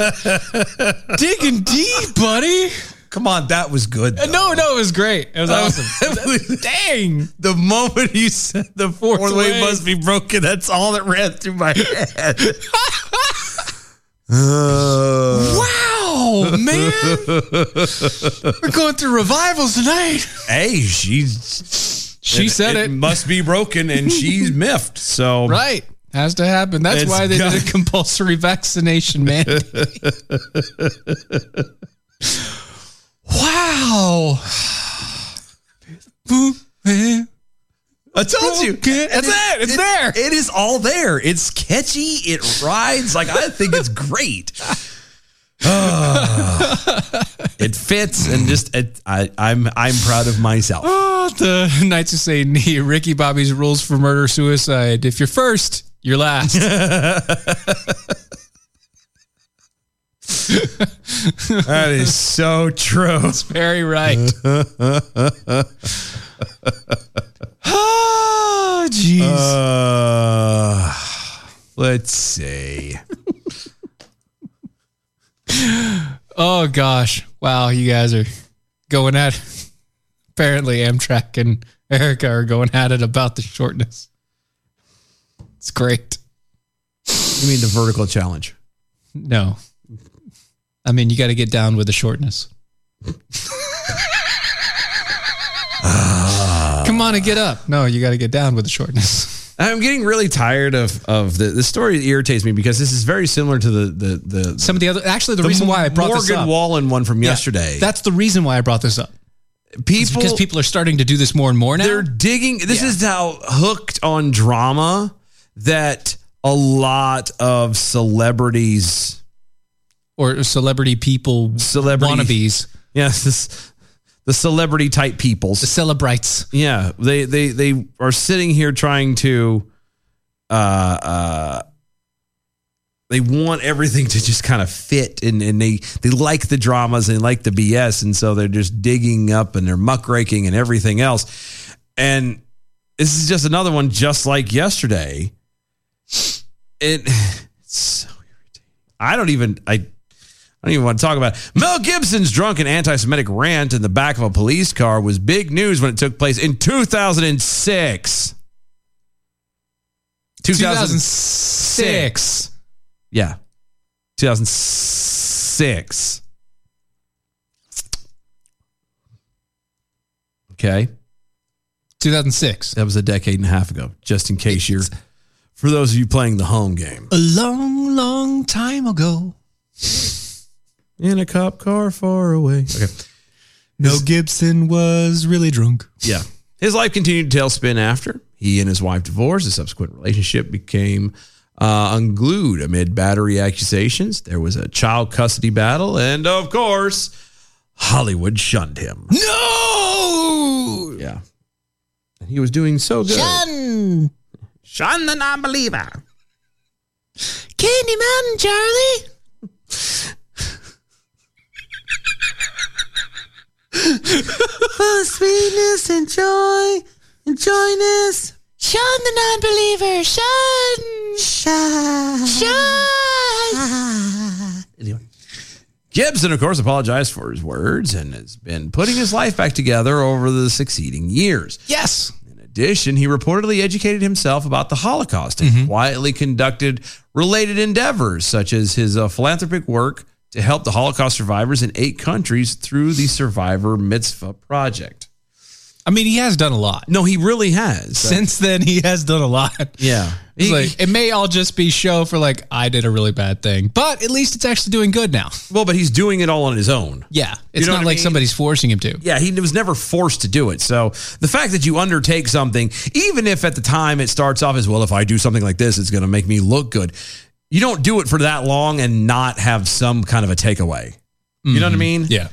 Digging deep, buddy. Come on, that was good. Oh. No, no, it was great. It was awesome. Dang. The moment you said the fourth, Fourth wave wave. must be broken, that's all that ran through my head. wow, man. We're going through revivals tonight. hey, she's. She said it. must be broken, and she's miffed. So Right. Has to happen. That's It's why they got- did a compulsory vaccination mandate. wow. I told you. It's it. It's there. It is all there. It's catchy. It rides. Like I think it's great. Ah. it fits and just it, I, I'm I'm proud of myself. Oh, the Knights of Satan, he- Ricky Bobby's rules for murder suicide. If you're first, you're last. That is so true. That's very right. oh, jeez. Uh, let's see. oh gosh. Wow, you guys are going at apparently Amtrak and Erica are going at it about the shortness. It's great. You mean the vertical challenge? No. I mean you gotta get down with the shortness. Come on and get up. No, you gotta get down with the shortness. I'm getting really tired of of the the story irritates me because this is very similar to the the the Some of the other actually the, reason why I brought Morgan this up. Wallen one from Yeah, yesterday. That's the reason why I brought this up. It's people because people are starting to do this more and more now. They're digging. This is how hooked on drama that a lot of celebrities or celebrity people, celebrity wannabes. Yes, this, the celebrity type peoples, the celebrites. Yeah, they they they are sitting here trying to, uh, uh, they want everything to just kind of fit, and and they they like the dramas and they like the BS, and so they're just digging up and they're muckraking and everything else, and this is just another one, just like yesterday. It, it's so irritating. I don't even I I don't even want to talk about it. Mel Gibson's drunken anti Semitic rant in the back of a police car was big news when it took place in 2006. 2006. Yeah. 2006. Okay. 2006. That was a decade and a half ago, just in case you're, for those of you playing the home game. A long, long time ago. In a cop car far away. Okay. No Gibson was really drunk. Yeah. His life continued to tailspin after he and his wife divorced. The subsequent relationship became uh, unglued amid battery accusations. There was a child custody battle. And of course, Hollywood shunned him. Oh, No! Yeah. And he was doing so good. Shun! Shun the non believer. Candyman, Charlie! Full of Oh, sweetness and joy and joyness. Shun the non believer. Shun! Shun! Shun! Gibson, of course, apologized for his words and has been putting his life back together over the succeeding years. Yes. In addition, he reportedly educated himself about the Holocaust and quietly conducted related endeavors, such as his uh, philanthropic work to help the Holocaust survivors in eight countries through the Survivor Mitzvah Project. I mean, he has done a lot. No, he really has. Since then, he has done a lot. Yeah. It's like, it may all just be show for like, I did a really bad thing, but at least it's actually doing good now. Well, but he's doing it all on his own. Yeah. You It's know not what I like mean? somebody's forcing him to. Yeah, he was never forced to do it. So the fact that you undertake something, even if at the time it starts off as well, if I do something like this, it's going to make me look good. You don't do it for that long and not have some kind of a takeaway. You know what I mean? Mm-hmm. Yeah.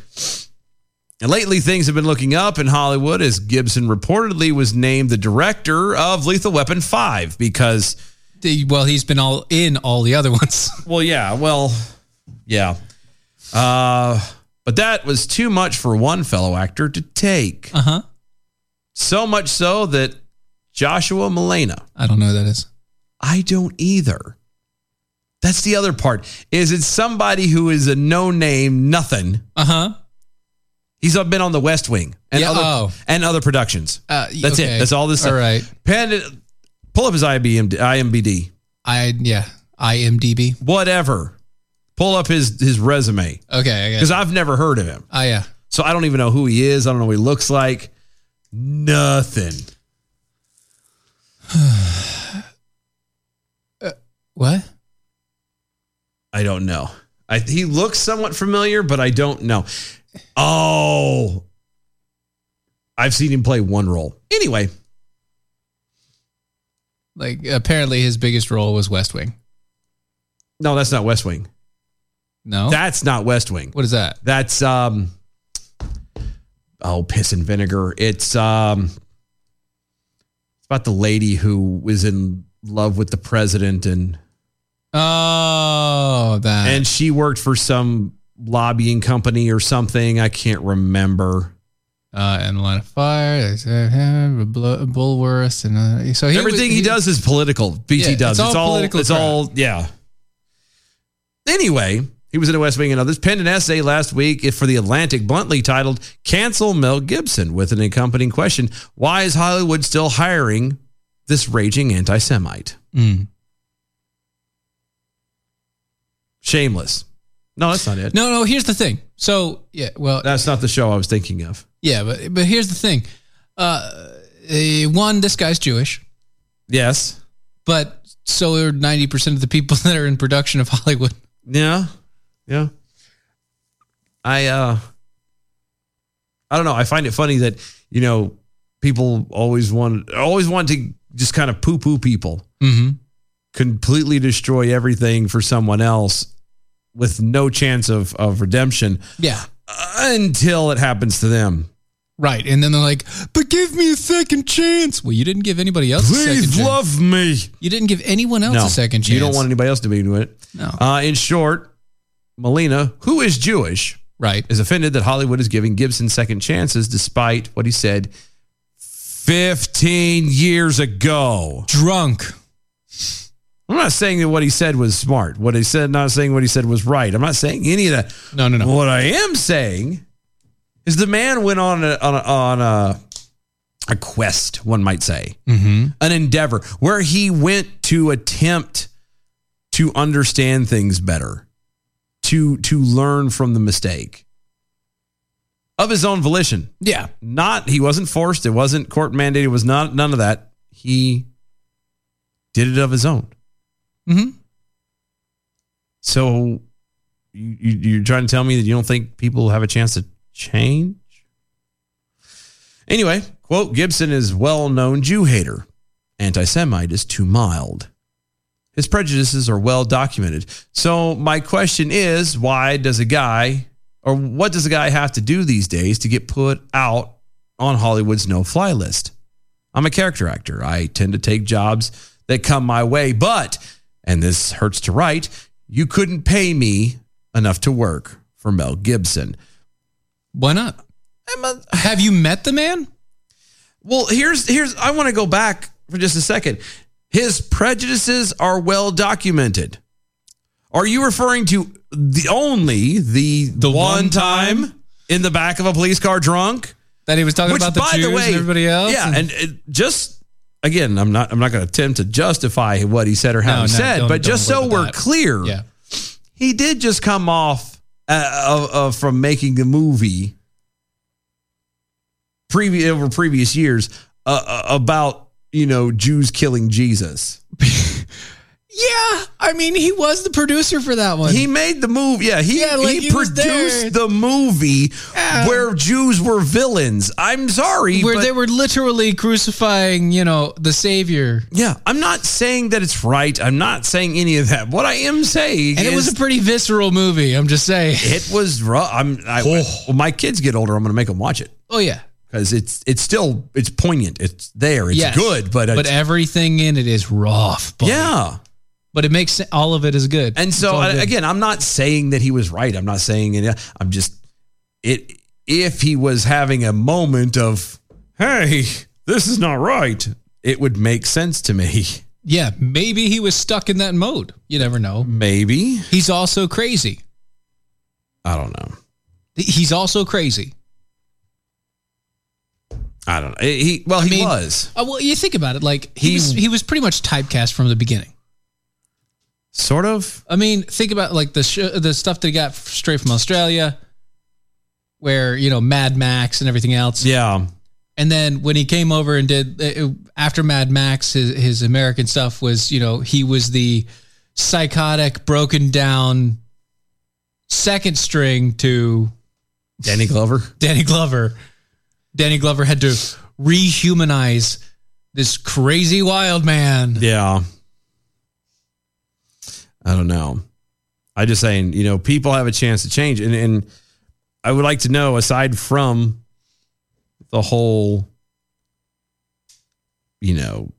And lately, things have been looking up in Hollywood as Gibson reportedly was named the director of Lethal Weapon 5 because. well, he's been all in all the other ones. Well, yeah. Well, yeah. Uh, but that was too much for one fellow actor to take. Uh huh. So much so that Joshua Malena. I don't know who that is. I don't either. That's the other part. Is it somebody who is a no name, nothing? Uh huh. He's been on The West Wing and Yeah, other oh. and other productions. Uh, That's okay. it. That's all this. All right. Panda, pull up his IBM, IMBD. I yeah. IMDb. Whatever. Pull up his his resume. Okay. I got Because it. I've never heard of him. Oh, yeah. So I don't even know who he is. I don't know what he looks like. Nothing. What? I don't know. I, he looks somewhat familiar, but I don't know. Oh, I've seen him play one role. Anyway, Like, apparently his biggest role was West Wing. no, that's not West Wing. No, that's not West Wing. What is that? That's um. Oh, piss and vinegar. It's um. It's about the lady who was in love with the president and Oh, that. and she worked for some lobbying company or something. I can't remember. Uh, and line of fire, Bulworth, and uh, so he everything he, does is political. BT Yeah, does. it's all It's all. political It's all. Yeah. Anyway, he was in the West Wing and others. Penned an essay last week for the Atlantic, bluntly titled "Cancel Mel Gibson," with an accompanying question: Why is Hollywood still hiring this raging anti-Semite? Mm. Shameless. No, that's not it. No, no. Here's the thing. So yeah, well, that's not the show I was thinking of. yeah, but but here's the thing. Uh, eh, one, this guy's Jewish, Yes. but so are ninety percent of the people that are in production of Hollywood. Yeah. Yeah. I uh I don't know. I find it funny that, you know, people always want always want to just kind of poo poo people, Mm-hmm. completely destroy everything for someone else with no chance of of redemption Yeah, until it happens to them. right. And then they're like, "But give me a second chance." Well, you didn't give anybody else. a Please second chance. love me. You didn't give anyone else a second chance. You don't want anybody else to be into it. No. Uh, in short, Melina, who is Jewish, right, is offended that Hollywood is giving Gibson second chances, despite what he said 15 years ago. Drunk. I'm not saying that what he said was smart. What he said, not saying what he said was right. I'm not saying any of that. No, no, no. What I am saying is the man went on a, on a, on a, a quest, one might say, Mm-hmm. an endeavor where he went to attempt to understand things better, to to learn from the mistake of his own volition. Yeah. Not he wasn't forced, it wasn't court mandated, it was not none of that. He did it of his own. Mhm. So you, you you're trying to tell me that you don't think people have a chance to change? Anyway, quote Gibson is well known Jew hater. Anti Semite is too mild. His prejudices are well documented. So my question is, why does a guy or what does a guy have to do these days to get put out on Hollywood's no fly list? I'm a character actor. I tend to take jobs that come my way, but and this hurts to write, you couldn't pay me enough to work for Mel Gibson. Why not? Have you met the man? Well, here's here's I want to go back for just a second. His prejudices are well documented. Are you referring to the only the the one, time, in the back of a police car drunk that he was talking about the Jews and everybody else? Yeah, And- and, and just again, I'm not I'm not going to attempt to justify what he said or how No, he no, said, don't- but just don't worry so about we're that. clear, Yeah. he did just come off uh, of, of from making the movie previous over previous years uh, uh, about you know Jews killing Jesus. yeah, I mean, he was the producer for that one. He made the movie. Yeah, he, Yeah, like, he, he was there. produced the movie where Jews were villains. I'm sorry, where but they were literally crucifying, you know, the Savior. Yeah, I'm not saying that it's right. I'm not saying any of that. What I am saying, And it was is a pretty visceral movie. I'm just saying. it was rough. I'm. I, When my kids get older, I'm going to make them watch it Oh yeah, because it's it's still it's poignant. It's there. It's Yes. good, but but it's- everything in it is rough. buddy. yeah. but it makes sen- all of it is good. And so I, again, I'm not saying that he was right. I'm not saying it. I'm just it. If he was having a moment of, hey, this is not right, it would make sense to me. yeah, maybe he was stuck in that mode. You never know. Maybe he's also crazy. I don't know. He's also crazy. I don't know. He well, I he mean, was Uh, well, you think about it. Like he, He- was, he was pretty much typecast from the beginning. Sort of. I mean, think about like the sh- the stuff that he got f- straight from Australia, where you know Mad Max and everything else. Yeah. And then when he came over and did uh, after Mad Max, his his American stuff was you know he was the psychotic, broken down second string to Danny Glover. Danny Glover. Danny Glover had to rehumanize this crazy wild man. Yeah. I don't know. I just saying, you know, people have a chance to change. And and I would like to know, aside from the whole, you know,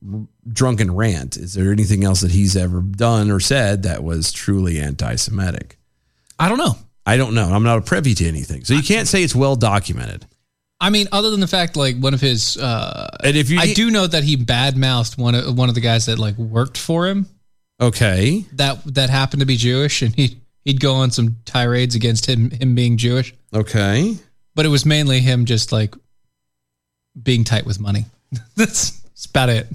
drunken rant, is there anything else that he's ever done or said that was truly anti Semitic? I don't know. I don't know. I'm not privy to anything. So you can't say it's well documented. I mean, other than the fact, like one of his, uh, and if you, I do know that he badmouthed one of one of the guys that like worked for him. Okay. That that happened to be Jewish, and he he'd go on some tirades against him him being Jewish. Okay. But it was mainly him just like being tight with money. that's, that's about it.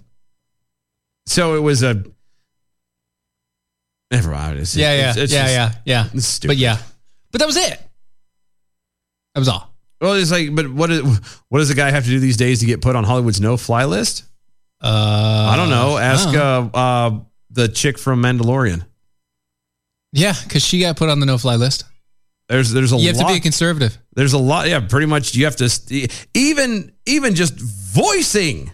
So it was a. Never mind. It's- yeah, yeah, it's- it's yeah, just- yeah, yeah, it's But stupid. yeah, but that was it. That was all. Well, it's like, but what is, what does a guy have to do these days to get put on Hollywood's no fly list? Uh, I I don't know. Ask don't know. Uh, uh, the chick from Mandalorian. Yeah, because she got put on the no fly list. There's there's a You have to lot. be a conservative. there's a lot. Yeah, pretty much. You have to st- even even just voicing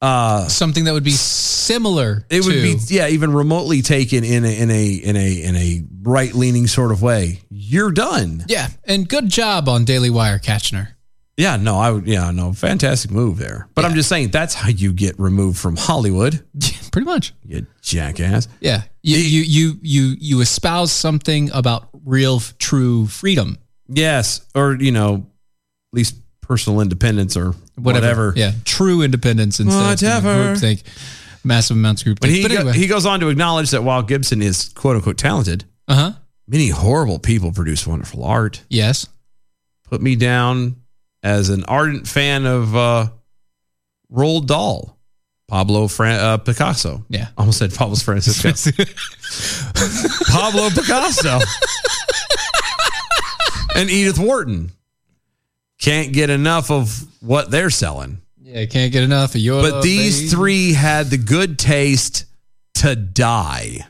uh, something that would be similar. It would to- be yeah, even remotely taken in a in a in a in a right leaning sort of way. You're done. Yeah, and good job on Daily Wire catching her. Yeah, no, I would. Yeah, no, fantastic move there. But I'm just saying that's how you get removed from Hollywood. Pretty much. You jackass. Yeah, you you you you you espouse something about real f- true freedom. Yes, or you know, at least personal independence or whatever. Yeah, true independence instead Whatever. of groupthink, massive amounts of groupthink. But he go- anyway. he goes on to acknowledge that while Gibson is quote unquote talented, uh huh. many horrible people produce wonderful art. Yes, put me down as an ardent fan of uh, Roald Dahl, Pablo Fran- uh, Picasso. Yeah. Almost said Pablo Francisco. Pablo Picasso. and Edith Wharton. Can't get enough of what they're selling. Yeah, can't get enough of your. But these baby. three had the good taste to die.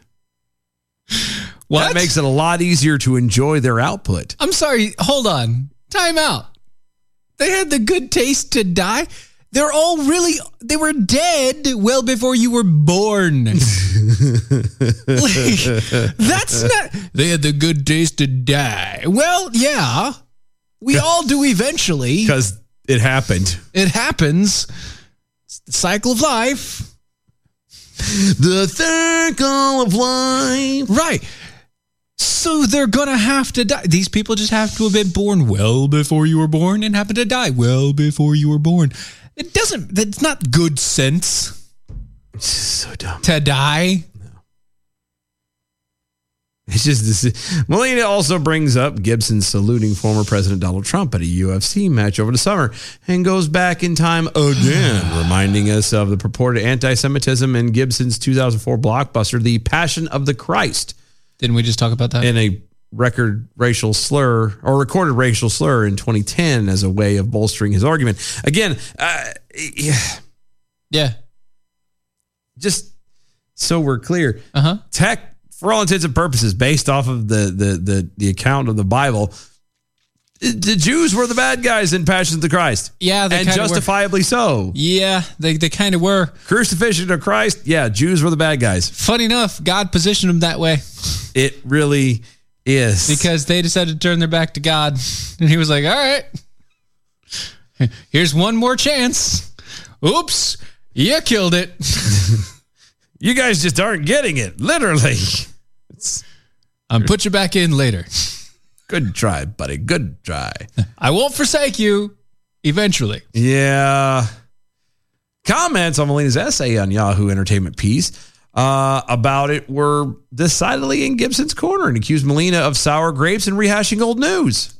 That makes it a lot easier to enjoy their output. I'm sorry. Hold on. Time out. They had the good taste to die. They're all really. They were dead well before you were born. That's not. They had the good taste to die. Well, yeah. We all do eventually. Because it happened. It happens. It's the cycle of life. The circle of life. Right. So they're going to have to die. These people just have to have been born well before you were born and happen to die well before you were born. It doesn't, that's not good sense. so dumb. To die. It's just this. Melina also brings up Gibson saluting former President Donald Trump at a UFC match over the summer and goes back in time again, reminding us of the purported anti Semitism in Gibson's 2004 blockbuster, The Passion of the Christ. Didn't we just talk about that? In a record racial slur or recorded racial slur in 2010 as a way of bolstering his argument. Again, uh, yeah. Yeah. Just so we're clear, uh-huh. tech, for all intents and purposes, based off of the the the, the account of the Bible, the Jews were the bad guys in Passion of the Christ. Yeah, they and kinda were. justifiably so. Yeah, they, they kind of were. Crucifixion of Christ, yeah, Jews were the bad guys. Funny enough, God positioned them that way. It really is. Because they decided to turn their back to God. And he was like, all right, here's one more chance. Oops, you killed it. you guys just aren't getting it, literally. I'll put you back in later. Good try, buddy. Good try. I won't forsake you eventually. Yeah. Comments on Melina's essay on Yahoo Entertainment piece uh, about it were decidedly in Gibson's corner and accused Melina of sour grapes and rehashing old news,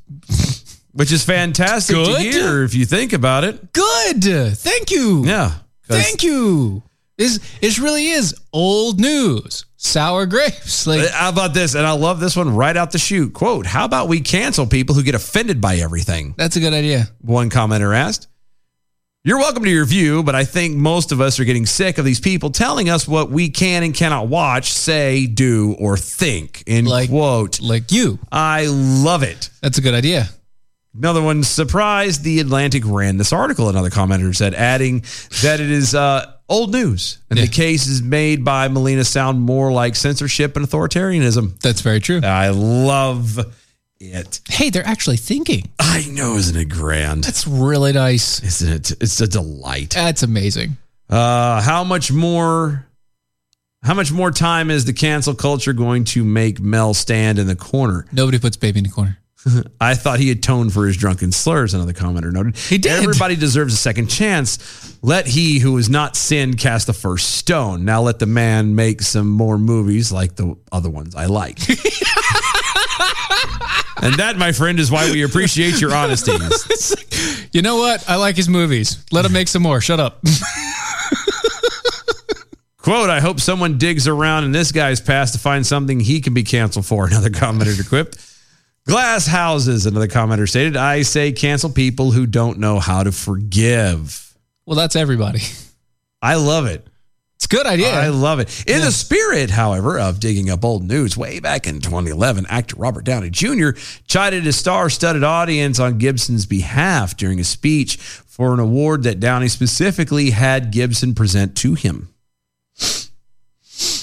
which is fantastic to Good. hear if you think about it. Good. Thank you. Yeah. Thank you. This, this really is old news. Sour grapes. Like, Uh, How about this? And I love this one right out the chute. Quote, how about we cancel people who get offended by everything? That's a good idea. One commenter asked. You're welcome to your view, but I think most of us are getting sick of these people telling us what we can and cannot watch, say, do, or think. End quote. Like you. I love it. That's a good idea. Another one surprised the Atlantic ran this article, another commenter said, adding that it is uh, old news. And the case is made by Melina sound more like censorship and authoritarianism. That's very true. I love it. hey, they're actually thinking. I know, isn't it grand? That's really nice. Isn't it? It's a delight. That's amazing. Uh, how much more? How much more time is the cancel culture going to make Mel stand in the corner? Nobody puts baby in the corner. I thought he atoned for his drunken slurs. Another commenter noted. He did. Everybody deserves a second chance. Let he who is not sinned cast the first stone. Now let the man make some more movies like the other ones I like. and that, my friend, is why we appreciate your honesty. You know what? I like his movies. Let him make some more. Shut up. Quote, I hope someone digs around in this guy's past to find something he can be canceled for, another commenter quipped. Glass houses, another commenter stated. I say cancel people who don't know how to forgive. Well, that's everybody. I love it. It's a good idea. I love it. In the spirit, however, of digging up old news, way back in 2011, actor Robert Downey Jr. chided his star studded audience on Gibson's behalf during a speech for an award that Downey specifically had Gibson present to him.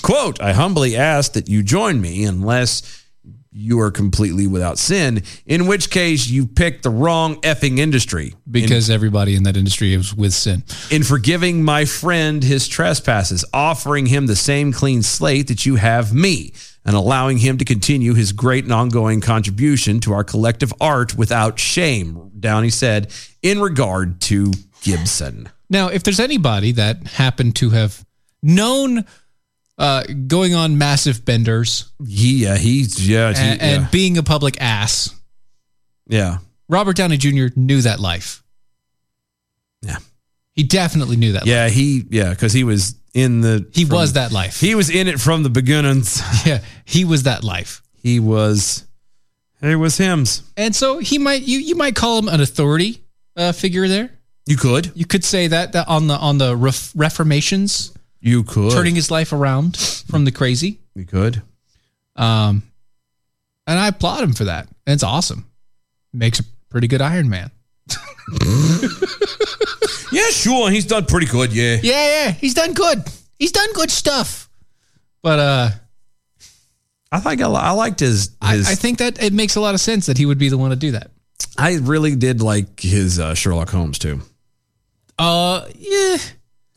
Quote, I humbly ask that you join me unless you are completely without sin, in which case you picked the wrong effing industry. Because everybody in that industry is with sin. in forgiving my friend his trespasses, offering him the same clean slate that you have me, and allowing him to continue his great and ongoing contribution to our collective art without shame, Downey said, in regard to Gibson. Now, if there's anybody that happened to have known uh, going on massive benders Yeah, he's, yeah, he- and, and yeah. being a public ass, yeah. Robert Downey Jr. knew that life. Yeah. He definitely knew that. Yeah, he yeah, because he was in the He was that life. He was in it from the beginnings. Yeah, he was that life. He was. It was him's. And so he might you you might call him an authority uh, figure there. You could. You could say that, that on the on the ref, reformations. You could turning his life around from the crazy. You could. Um, and I applaud him for that. And it's awesome. Makes a pretty good Iron Man. yeah, sure. He's done pretty good. Yeah. Yeah, yeah. He's done good. He's done good stuff. But uh I think I, li- I liked his. I, his I think that it makes a lot of sense that he would be the one to do that. I really did like his uh, Sherlock Holmes too. Uh, yeah.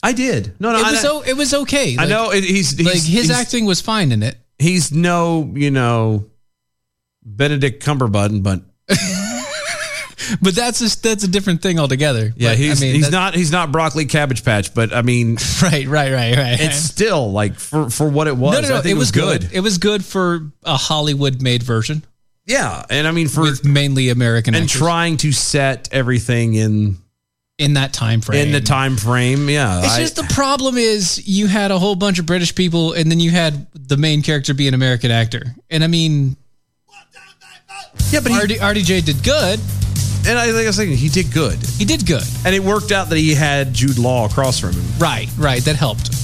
I did. No, no, it I- was, o- it was okay. I know it, he's, he's like his he's- acting was fine in it. He's no, you know, Benedict Cumberbutton, but But that's just that's a different thing altogether. yeah, But, I he's mean, he's that- not he's not broccoli cabbage patch. But I mean, right, right, right, right. It's still like for for what it was. no, no, no. I think it was good. It was good for a Hollywood made version. Yeah, and I mean for mainly American and actors. trying to set everything in in that time frame. In the time frame, yeah. It's I- just the problem is you had a whole bunch of British people, and then you had the main character be an American actor. And I mean, yeah, but RD, RDJ did good. And I think I was thinking he did good. He did good, and it worked out that he had Jude Law across from him. Right, right. That helped.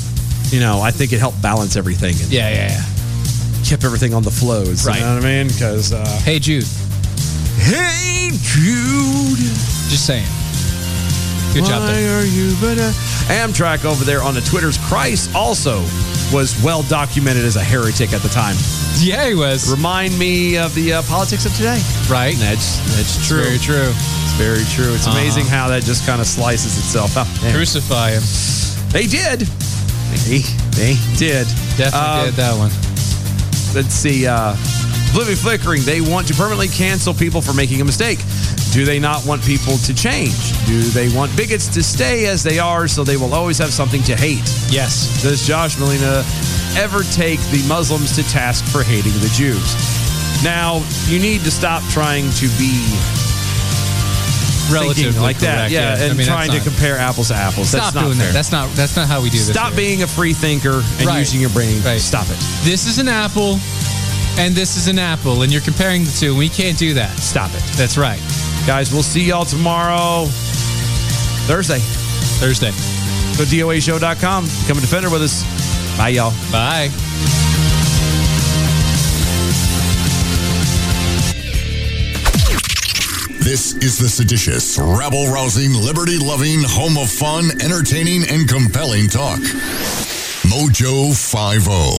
You know, I think it helped balance everything. And Yeah, yeah, yeah. Kept everything on the flows. Right. You know what I mean? Because uh, Hey Jude. Hey Jude. Just saying. Good job Why there. Are you better? Amtrak over there on the Twitter's Christ also was well documented as a heretic at the time. Yeah, he was. Remind me of the uh, politics of today. Right. That's that's true. very true. It's very true. It's amazing Uh-huh. how that just kind of slices itself up. Crucify him. They did. They they did. Um, Definitely did that one. Let's see. Uh, Oblivion Flickering. They want to permanently cancel people for making a mistake. Do they not want people to change? Do they want bigots to stay as they are so they will always have something to hate? Yes. Does Josh Molina ever take the Muslims to task for hating the Jews? Now, you need to stop trying to be Relatively thinking like correct, that. Yeah, yeah. I and mean, that's trying to not- compare apples to apples. Stop that's not doing fair. that. That's not that's not how we do this. Stop here. being a free thinker and Right. using your brain. Stop it. This is an apple, and this is an apple, and you're comparing the two. We can't do that. Stop it. That's right, guys. We'll see y'all tomorrow, Thursday. Thursday. Go to DOAShow.com. Become a defender with us. Bye, y'all. Bye. This is the seditious, rabble rousing, liberty loving, home of fun, entertaining, and compelling talk. Mojo oh. 50.